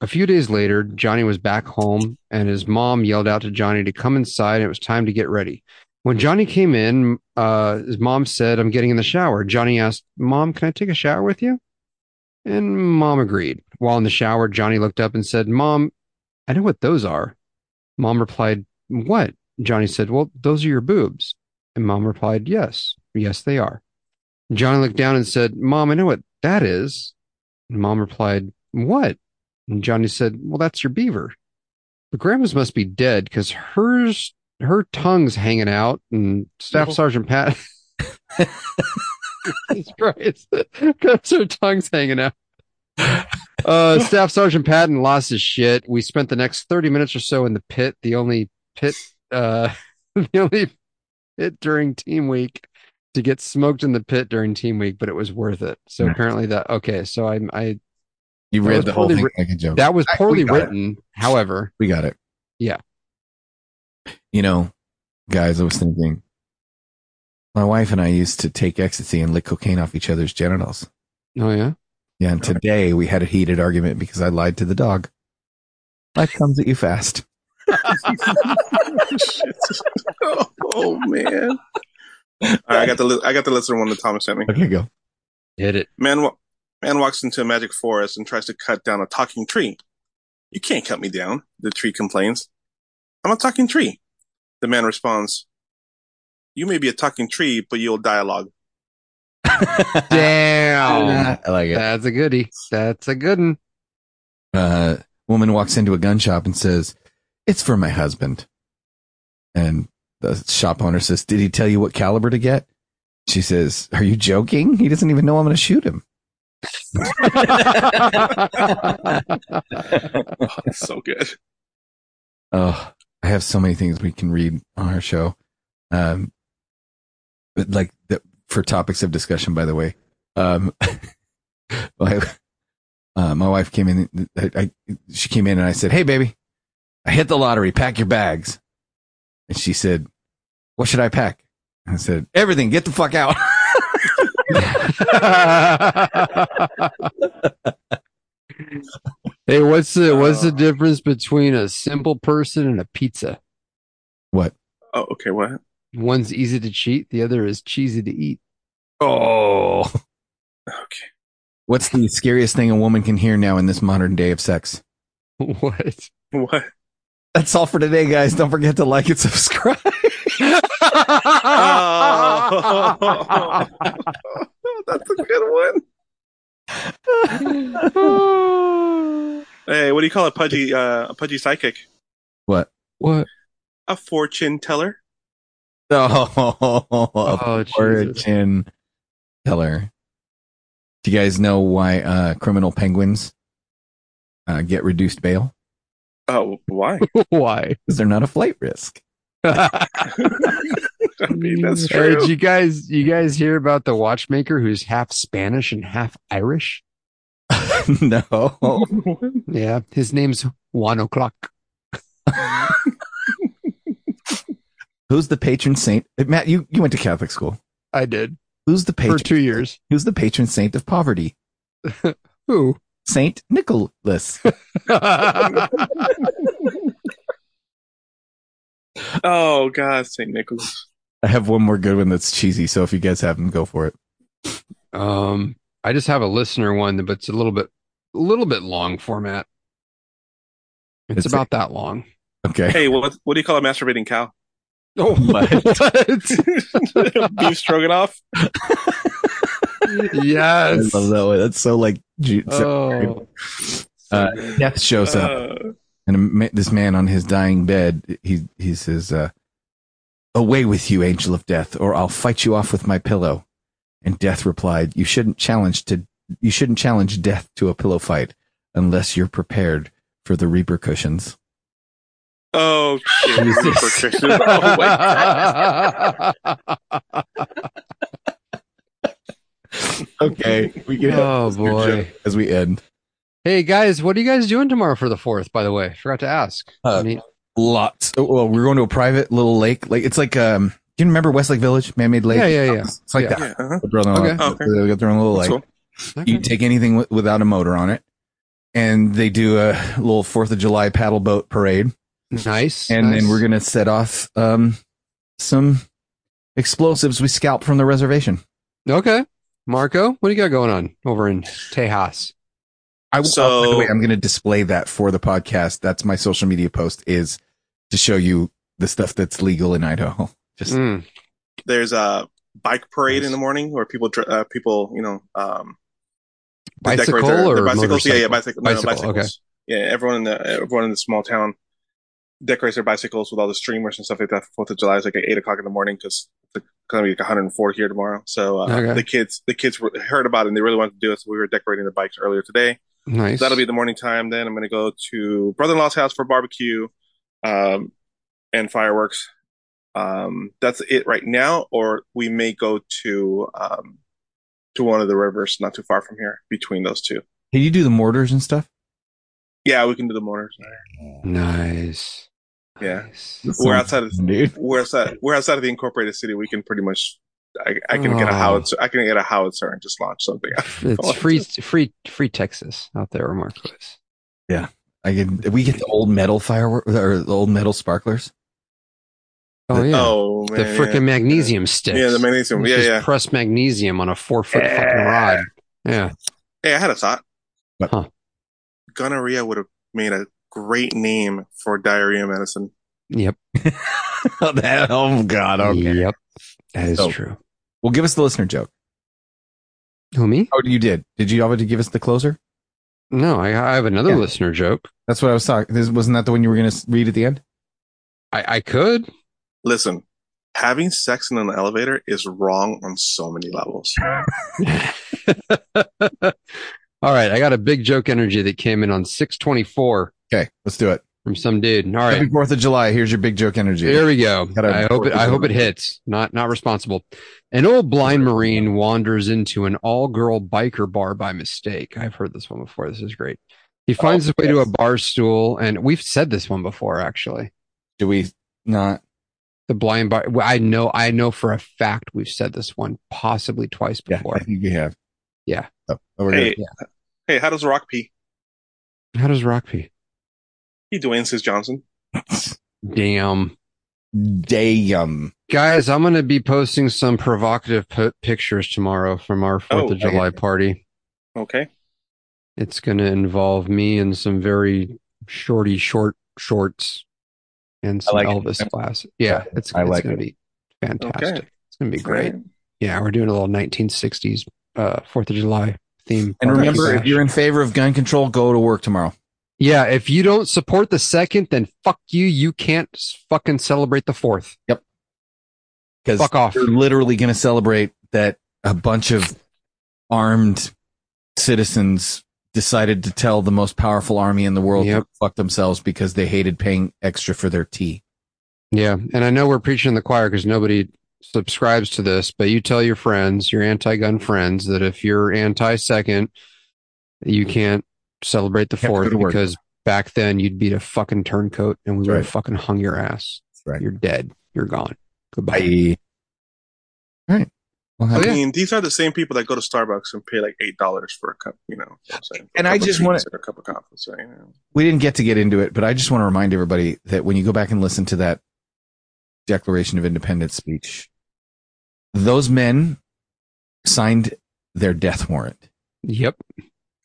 Speaker 1: A few days later, Johnny was back home and his mom yelled out to Johnny to come inside. And it was time to get ready. When Johnny came in, uh, his mom said, I'm getting in the shower. Johnny asked, Mom, can I take a shower with you? And mom agreed. While in the shower, Johnny looked up and said, Mom, I know what those are. Mom replied, What? Johnny said, Well, those are your boobs. And mom replied, Yes, yes, they are. Johnny looked down and said, Mom, I know what that is. And mom replied, What? And Johnny said, Well, that's your beaver. But grandma's must be dead because hers, her tongue's hanging out. And Staff
Speaker 3: No.
Speaker 1: Sergeant Pat, Jesus Christ, because her tongue's hanging out. Uh, Staff Sergeant Patton lost his shit. We spent the next 30 minutes or so in the pit, the only pit, uh, the only pit during team week to get smoked in the pit during team week, but it was worth it. So
Speaker 2: Nice.
Speaker 1: apparently that, okay. So I, I,
Speaker 2: You
Speaker 1: That
Speaker 2: read
Speaker 1: was
Speaker 2: the whole
Speaker 1: poorly
Speaker 2: thing
Speaker 1: writ-
Speaker 2: like a joke.
Speaker 1: That was
Speaker 2: I- we
Speaker 1: poorly
Speaker 2: got it.
Speaker 1: written. However,
Speaker 2: we got it.
Speaker 1: Yeah.
Speaker 2: You know, guys, I was thinking my wife and I used to take ecstasy and lick cocaine off each other's genitals.
Speaker 1: oh yeah,
Speaker 2: Yeah, and today we had a heated argument because I lied to the dog. Life comes at you fast.
Speaker 3: oh, man. All right, I got the li- I got the listener one that Thomas sent me.
Speaker 2: Okay, go.
Speaker 1: hit it.
Speaker 3: Man, wa- man walks into a magic forest and tries to cut down a talking tree. You can't cut me down, the tree complains. I'm a talking tree. The man responds, You may be a talking tree, but you'll dialogue.
Speaker 1: Damn,
Speaker 2: I like it.
Speaker 1: that's a goodie. That's a good one.
Speaker 2: Uh, woman walks into a gun shop and says, "It's for my husband." And the shop owner says, "Did he tell you what caliber to get?" She says, "Are you joking? He doesn't even know I'm going to shoot him."
Speaker 3: That's so good.
Speaker 2: Oh, I have so many things we can read on our show. Um, but like the, for topics of discussion, by the way, um, my, uh, my wife came in, I, I, she came in and I said, Hey baby, I hit the lottery, pack your bags. And she said, what should I pack? And I said, everything, get the fuck out.
Speaker 1: hey, what's the what's the difference between a simple person and a pizza?
Speaker 2: what?
Speaker 3: Oh, okay, what?
Speaker 1: One's easy to cheat, the other is cheesy to eat.
Speaker 2: Oh,
Speaker 3: Okay.
Speaker 2: what's the scariest thing a woman can hear now in this modern day of sex?
Speaker 1: What?
Speaker 3: What?
Speaker 2: That's all for today, guys. Don't forget to like and subscribe.
Speaker 3: Oh. That's a good one. Hey, what do you call a pudgy uh, a pudgy psychic?
Speaker 2: What?
Speaker 1: What?
Speaker 3: A fortune teller?
Speaker 2: Oh,
Speaker 1: Oh,
Speaker 2: a fortune teller. Do you guys know why uh, criminal penguins uh, get reduced bail?
Speaker 3: Oh, why?
Speaker 1: Why?
Speaker 2: Because they're not a flight risk.
Speaker 3: I mean, that's
Speaker 2: Mm,
Speaker 1: Hey,
Speaker 3: true.
Speaker 1: did you guys you guys hear about the watchmaker who's half Spanish and half Irish?
Speaker 2: no.
Speaker 1: Yeah, his name's Juan O'Clock.
Speaker 2: Who's the patron saint? Matt, you, you went to Catholic school.
Speaker 1: I did
Speaker 2: Who's the patron?
Speaker 1: for two years.
Speaker 2: Who's the patron saint of poverty?
Speaker 1: Who?
Speaker 2: Saint Nicholas.
Speaker 3: Oh God, Saint Nicholas.
Speaker 2: I have one more good one that's cheesy. So if you guys have them, go for it.
Speaker 1: um, I just have a listener one, but it's a little bit a little bit long format. It's,
Speaker 2: It's a-
Speaker 1: about that long.
Speaker 2: Okay.
Speaker 3: Hey, what what do you call a masturbating cow?
Speaker 1: Oh,
Speaker 2: What?
Speaker 3: Beef stroganoff?
Speaker 2: I
Speaker 1: yes.
Speaker 2: love that one. That's so like. Ju- so-
Speaker 1: Oh.
Speaker 2: uh, death shows up.
Speaker 3: Uh,
Speaker 2: And a ma- this man on his dying bed, he he says, uh, "Away with you, angel of death, or I'll fight you off with my pillow." And death replied, "You shouldn't challenge to you shouldn't challenge death to a pillow fight unless you're prepared for the repercussions."
Speaker 3: oh shit.
Speaker 2: Jesus.
Speaker 3: Reaper Christian. Oh, wait.
Speaker 2: Okay, we get
Speaker 1: oh boy.
Speaker 2: as we end.
Speaker 1: Hey guys, what are you guys doing tomorrow for the fourth? By the way, forgot to ask.
Speaker 2: Uh,
Speaker 1: I mean,
Speaker 2: Lots. Oh, Well, we're going to a private little lake. Like it's like um Do you remember Westlake Village, Man Made Lake?
Speaker 1: Yeah, yeah, yeah.
Speaker 2: It's like
Speaker 1: Yeah.
Speaker 2: that.
Speaker 3: Yeah, uh-huh.
Speaker 2: They build their own-
Speaker 3: Okay.
Speaker 2: They got their own little
Speaker 3: That's
Speaker 2: lake.
Speaker 3: cool.
Speaker 2: You take anything w- without a motor on it, and they do a little Fourth of July paddle boat parade,
Speaker 1: nice.
Speaker 2: and
Speaker 1: nice.
Speaker 2: then we're gonna set off um, some explosives we scalp from the reservation.
Speaker 1: Okay. Marco, what do you got going on over in Tejas?
Speaker 2: I will.
Speaker 3: So-
Speaker 2: oh, by the way, I'm going to display that for the podcast. That's my social media post is to show you the stuff that's legal in Idaho. Just
Speaker 1: Mm.
Speaker 3: There's a bike parade
Speaker 1: Nice.
Speaker 3: in the morning where people, dr- uh, people, you know, um, they decorate
Speaker 1: Bicycle
Speaker 3: their-
Speaker 1: or
Speaker 3: their bicycles?
Speaker 1: motorcycle?
Speaker 3: Yeah, yeah, bicycle, no, no,
Speaker 1: Bicycle, okay.
Speaker 3: bicycles. Yeah, everyone in the everyone in the small town decorates their bicycles with all the streamers and stuff like that. for Fourth of July is like at eight o'clock in the morning because it's going to be like 104 here tomorrow. So uh,
Speaker 1: Okay.
Speaker 3: the kids the kids were, heard about it and they really wanted to do it. So we were decorating the bikes earlier today.
Speaker 1: Nice.
Speaker 3: So that'll be the morning time. Then I'm going to go to brother-in-law's house for barbecue um, and fireworks. Um, that's it right now. Or we may go to um, to one of the rivers not too far from here between those two.
Speaker 2: can you do the mortars and stuff?
Speaker 3: Yeah, we can do the mortars.
Speaker 1: nice.
Speaker 3: Yeah.
Speaker 1: Nice.
Speaker 3: We're outside of
Speaker 2: dude.
Speaker 3: we're outside we're outside of the incorporated city. We can pretty much I, I can get a
Speaker 1: Oh.
Speaker 3: howitzer I can get a howitzer and just launch something.
Speaker 1: It's free, free, free Texas out there where Marco is.
Speaker 2: I get, we get the old metal firework or the old metal sparklers.
Speaker 1: Oh yeah.
Speaker 3: Oh
Speaker 1: the
Speaker 3: man,
Speaker 1: freaking magnesium sticks.
Speaker 3: yeah. yeah, the magnesium.
Speaker 1: Let's
Speaker 3: Yeah,
Speaker 1: just
Speaker 3: yeah.
Speaker 1: Press magnesium on a four foot fucking rod. Yeah.
Speaker 3: Hey, I had a thought.
Speaker 2: What?
Speaker 1: Huh.
Speaker 3: Gonorrhea would have made a great name for diarrhea medicine.
Speaker 1: Yep.
Speaker 2: oh, that, oh God.
Speaker 1: Yep. That is
Speaker 2: So-
Speaker 1: true.
Speaker 2: Well, give us the listener joke.
Speaker 1: Who me?
Speaker 2: Oh, you did. Did you already give us the closer?
Speaker 1: No, I, I have another
Speaker 2: Yeah.
Speaker 1: listener joke.
Speaker 2: That's what I was talking. This wasn't that the one you were going to read at the end.
Speaker 1: I, I could.
Speaker 3: Listen, having sex in an elevator is wrong on so many levels.
Speaker 1: All right, I got a big joke energy that came in on six twenty four
Speaker 2: Okay, let's do it.
Speaker 1: from some dude. All right,
Speaker 2: Happy Fourth of July. Here's your big joke energy.
Speaker 1: There we go.
Speaker 2: Gotta
Speaker 1: I hope it. I
Speaker 2: focus
Speaker 1: hope
Speaker 2: on
Speaker 1: it hits. Not not responsible. An old blind marine wanders into an all-girl biker bar by mistake. I've heard this one before. This is great. He
Speaker 2: Oh,
Speaker 1: finds his way to a bar stool, and we've said this one before, actually.
Speaker 2: Do we not?
Speaker 1: The blind bar. well, I know. I know for a fact we've said this one possibly twice
Speaker 2: Yeah,
Speaker 1: before.
Speaker 2: I think we have.
Speaker 1: Yeah.
Speaker 2: Oh, oh, we're
Speaker 3: Hey,
Speaker 2: good.
Speaker 3: hey, how does Rock pee?
Speaker 1: How does rock pee?
Speaker 3: He Dwayne says Johnson.
Speaker 1: Damn.
Speaker 2: Damn.
Speaker 1: Guys, I'm going to be posting some provocative po- pictures tomorrow from our 4th
Speaker 3: Oh,
Speaker 1: of July party.
Speaker 3: Okay.
Speaker 1: It's going to involve me in some very shorty short shorts and some
Speaker 2: like it.
Speaker 1: Elvis class. Yeah, it's,
Speaker 2: I
Speaker 1: it's
Speaker 2: like
Speaker 1: going to
Speaker 2: it.
Speaker 1: be fantastic.
Speaker 3: Okay.
Speaker 1: It's going to be great.
Speaker 3: All right.
Speaker 1: Yeah, we're doing a little 1960s uh, Fourth of July theme.
Speaker 2: And
Speaker 1: party
Speaker 2: remember,
Speaker 1: bash.
Speaker 2: if you're in favor of gun control, go to work tomorrow.
Speaker 1: yeah, if you don't support the second, then fuck you. You can't s- fucking celebrate the fourth.
Speaker 2: Because
Speaker 1: Fuck off.
Speaker 2: they're literally going to celebrate that a bunch of armed citizens decided to tell the most powerful army in the world
Speaker 1: Yep.
Speaker 2: to fuck themselves because they hated paying extra for their tea.
Speaker 1: Yeah, and I know we're preaching in the choir because nobody subscribes to this, but you tell your friends, your anti-gun friends, that if you're anti-second, you can't celebrate the
Speaker 2: You have to go
Speaker 1: fourth
Speaker 2: to work.
Speaker 1: because back then you'd be a fucking turncoat and we
Speaker 2: That's
Speaker 1: would have
Speaker 2: right.
Speaker 1: fucking hung your ass.
Speaker 2: right.
Speaker 1: You're dead. You're gone. Goodbye.
Speaker 2: Bye. All right. Well, have-
Speaker 1: Oh, yeah.
Speaker 3: I mean, these are the same people that go to Starbucks and pay like eight dollars for a cup, you know. what I'm saying, for
Speaker 2: And
Speaker 3: a
Speaker 2: I
Speaker 3: cup of
Speaker 2: just wanna-
Speaker 3: treats or a cup of coffee. So, you know.
Speaker 2: we didn't get to get into it, but I just want to remind everybody that when you go back and listen to that Declaration of Independence speech, those men signed their death warrant.
Speaker 1: Yep.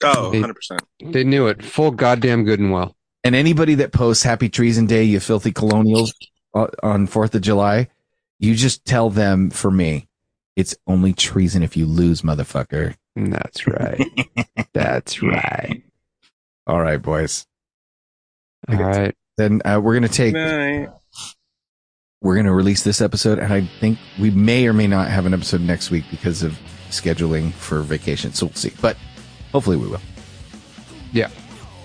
Speaker 3: Oh,
Speaker 1: They-
Speaker 3: 100 percent.
Speaker 1: They knew it full goddamn good and well.
Speaker 2: And anybody that posts Happy Treason Day, you filthy colonials uh, on 4th of July, you just tell them for me, it's only treason if you lose, motherfucker.
Speaker 1: And that's right. that's right.
Speaker 2: All right, boys. I
Speaker 1: All
Speaker 2: got-
Speaker 1: right.
Speaker 2: Then uh, we're going to take, we're going to release this episode. And I think we may or may not have an episode next week because of scheduling for vacation. So we'll see. But hopefully we will.
Speaker 1: Yeah.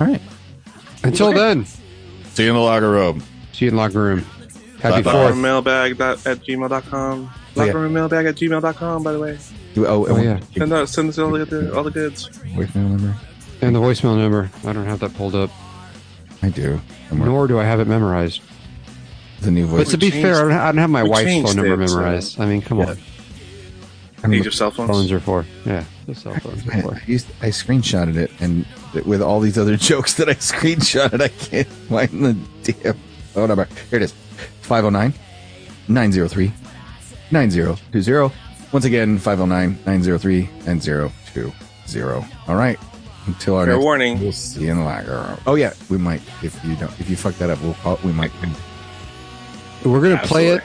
Speaker 2: All right.
Speaker 1: Until then,
Speaker 2: See you in the locker room.
Speaker 1: see you in locker room. Happy
Speaker 2: Bye-bye.
Speaker 1: fourth.
Speaker 3: Mailbag dot- at gmail.com.
Speaker 2: Oh, yeah.
Speaker 3: Locker room mailbag at gmail.com, by the way.
Speaker 2: Oh,
Speaker 1: Oh, yeah.
Speaker 3: Send, out, send us all the, all the goods.
Speaker 2: Wait, no, remember?
Speaker 1: And the voicemail number. I don't have that pulled up.
Speaker 2: I do. Somewhere.
Speaker 1: Nor do I have it memorized.
Speaker 2: the new
Speaker 1: But
Speaker 2: voice.
Speaker 1: to be
Speaker 3: changed-
Speaker 1: fair, I don't, I don't have my
Speaker 3: we
Speaker 1: wife's
Speaker 3: changed
Speaker 1: phone number
Speaker 3: it, so-
Speaker 1: memorized. I mean, come
Speaker 3: Yeah.
Speaker 1: on. I
Speaker 3: Age
Speaker 1: mean,
Speaker 3: of cell phones?
Speaker 1: Phones are for yeah, the cell phones are
Speaker 2: I,
Speaker 1: for.
Speaker 2: used, I screenshotted it, and th- with all these other jokes that I screenshotted, I can't find the damn phone number. Here it is 509 903 9020. Once again, 509 903 9020. All right. Until our
Speaker 3: Fair
Speaker 2: next
Speaker 3: warning.
Speaker 2: We'll see you in the later. Oh, yeah. We might, if you don't, if you fuck that up, we'll call, we might.
Speaker 1: We're gonna play it.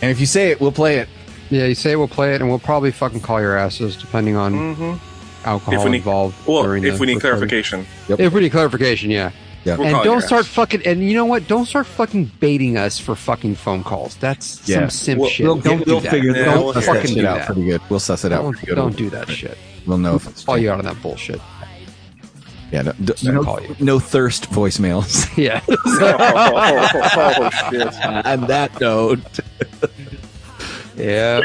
Speaker 2: And if you say it, we'll play it.
Speaker 1: Yeah, you say we'll play it, and we'll probably fucking call your asses, depending on alcohol
Speaker 3: If we need,
Speaker 1: involved.
Speaker 3: well,
Speaker 1: during
Speaker 3: if
Speaker 1: the
Speaker 3: we need
Speaker 1: recording.
Speaker 3: clarification,
Speaker 1: If we need clarification, yeah.
Speaker 2: Yeah.
Speaker 3: We'll
Speaker 1: and
Speaker 3: call
Speaker 1: don't
Speaker 3: your
Speaker 1: start
Speaker 3: ass.
Speaker 1: fucking. And you know what? Don't start fucking baiting us for fucking phone calls. That's
Speaker 2: Yeah.
Speaker 1: some simp
Speaker 3: We'll-
Speaker 1: shit.
Speaker 3: we'll-
Speaker 1: don't do
Speaker 2: we'll
Speaker 1: that.
Speaker 2: figure that
Speaker 3: Yeah,
Speaker 1: don't
Speaker 3: we'll
Speaker 2: We'll suss
Speaker 1: fucking
Speaker 2: it
Speaker 1: do
Speaker 2: out
Speaker 1: that.
Speaker 2: pretty good. We'll suss it out
Speaker 1: Don't,
Speaker 2: pretty good.
Speaker 1: don't do that shit.
Speaker 2: We'll know if it's
Speaker 1: Call you out on that bullshit.
Speaker 2: Yeah, no, d-
Speaker 1: Don't
Speaker 2: no-
Speaker 1: call you.
Speaker 2: no thirst voicemails.
Speaker 1: Yeah. oh,
Speaker 3: oh, shit.
Speaker 2: and that note,
Speaker 1: yeah.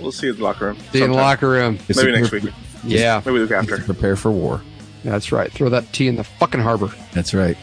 Speaker 3: We'll see you in the locker room.
Speaker 1: See you in the
Speaker 3: sometime.
Speaker 1: locker room.
Speaker 3: Maybe next week.
Speaker 1: Yeah.
Speaker 3: Maybe the week
Speaker 2: Have to
Speaker 3: after.
Speaker 2: prepare for war.
Speaker 1: That's right. Throw that tea in the fucking harbor.
Speaker 2: That's right.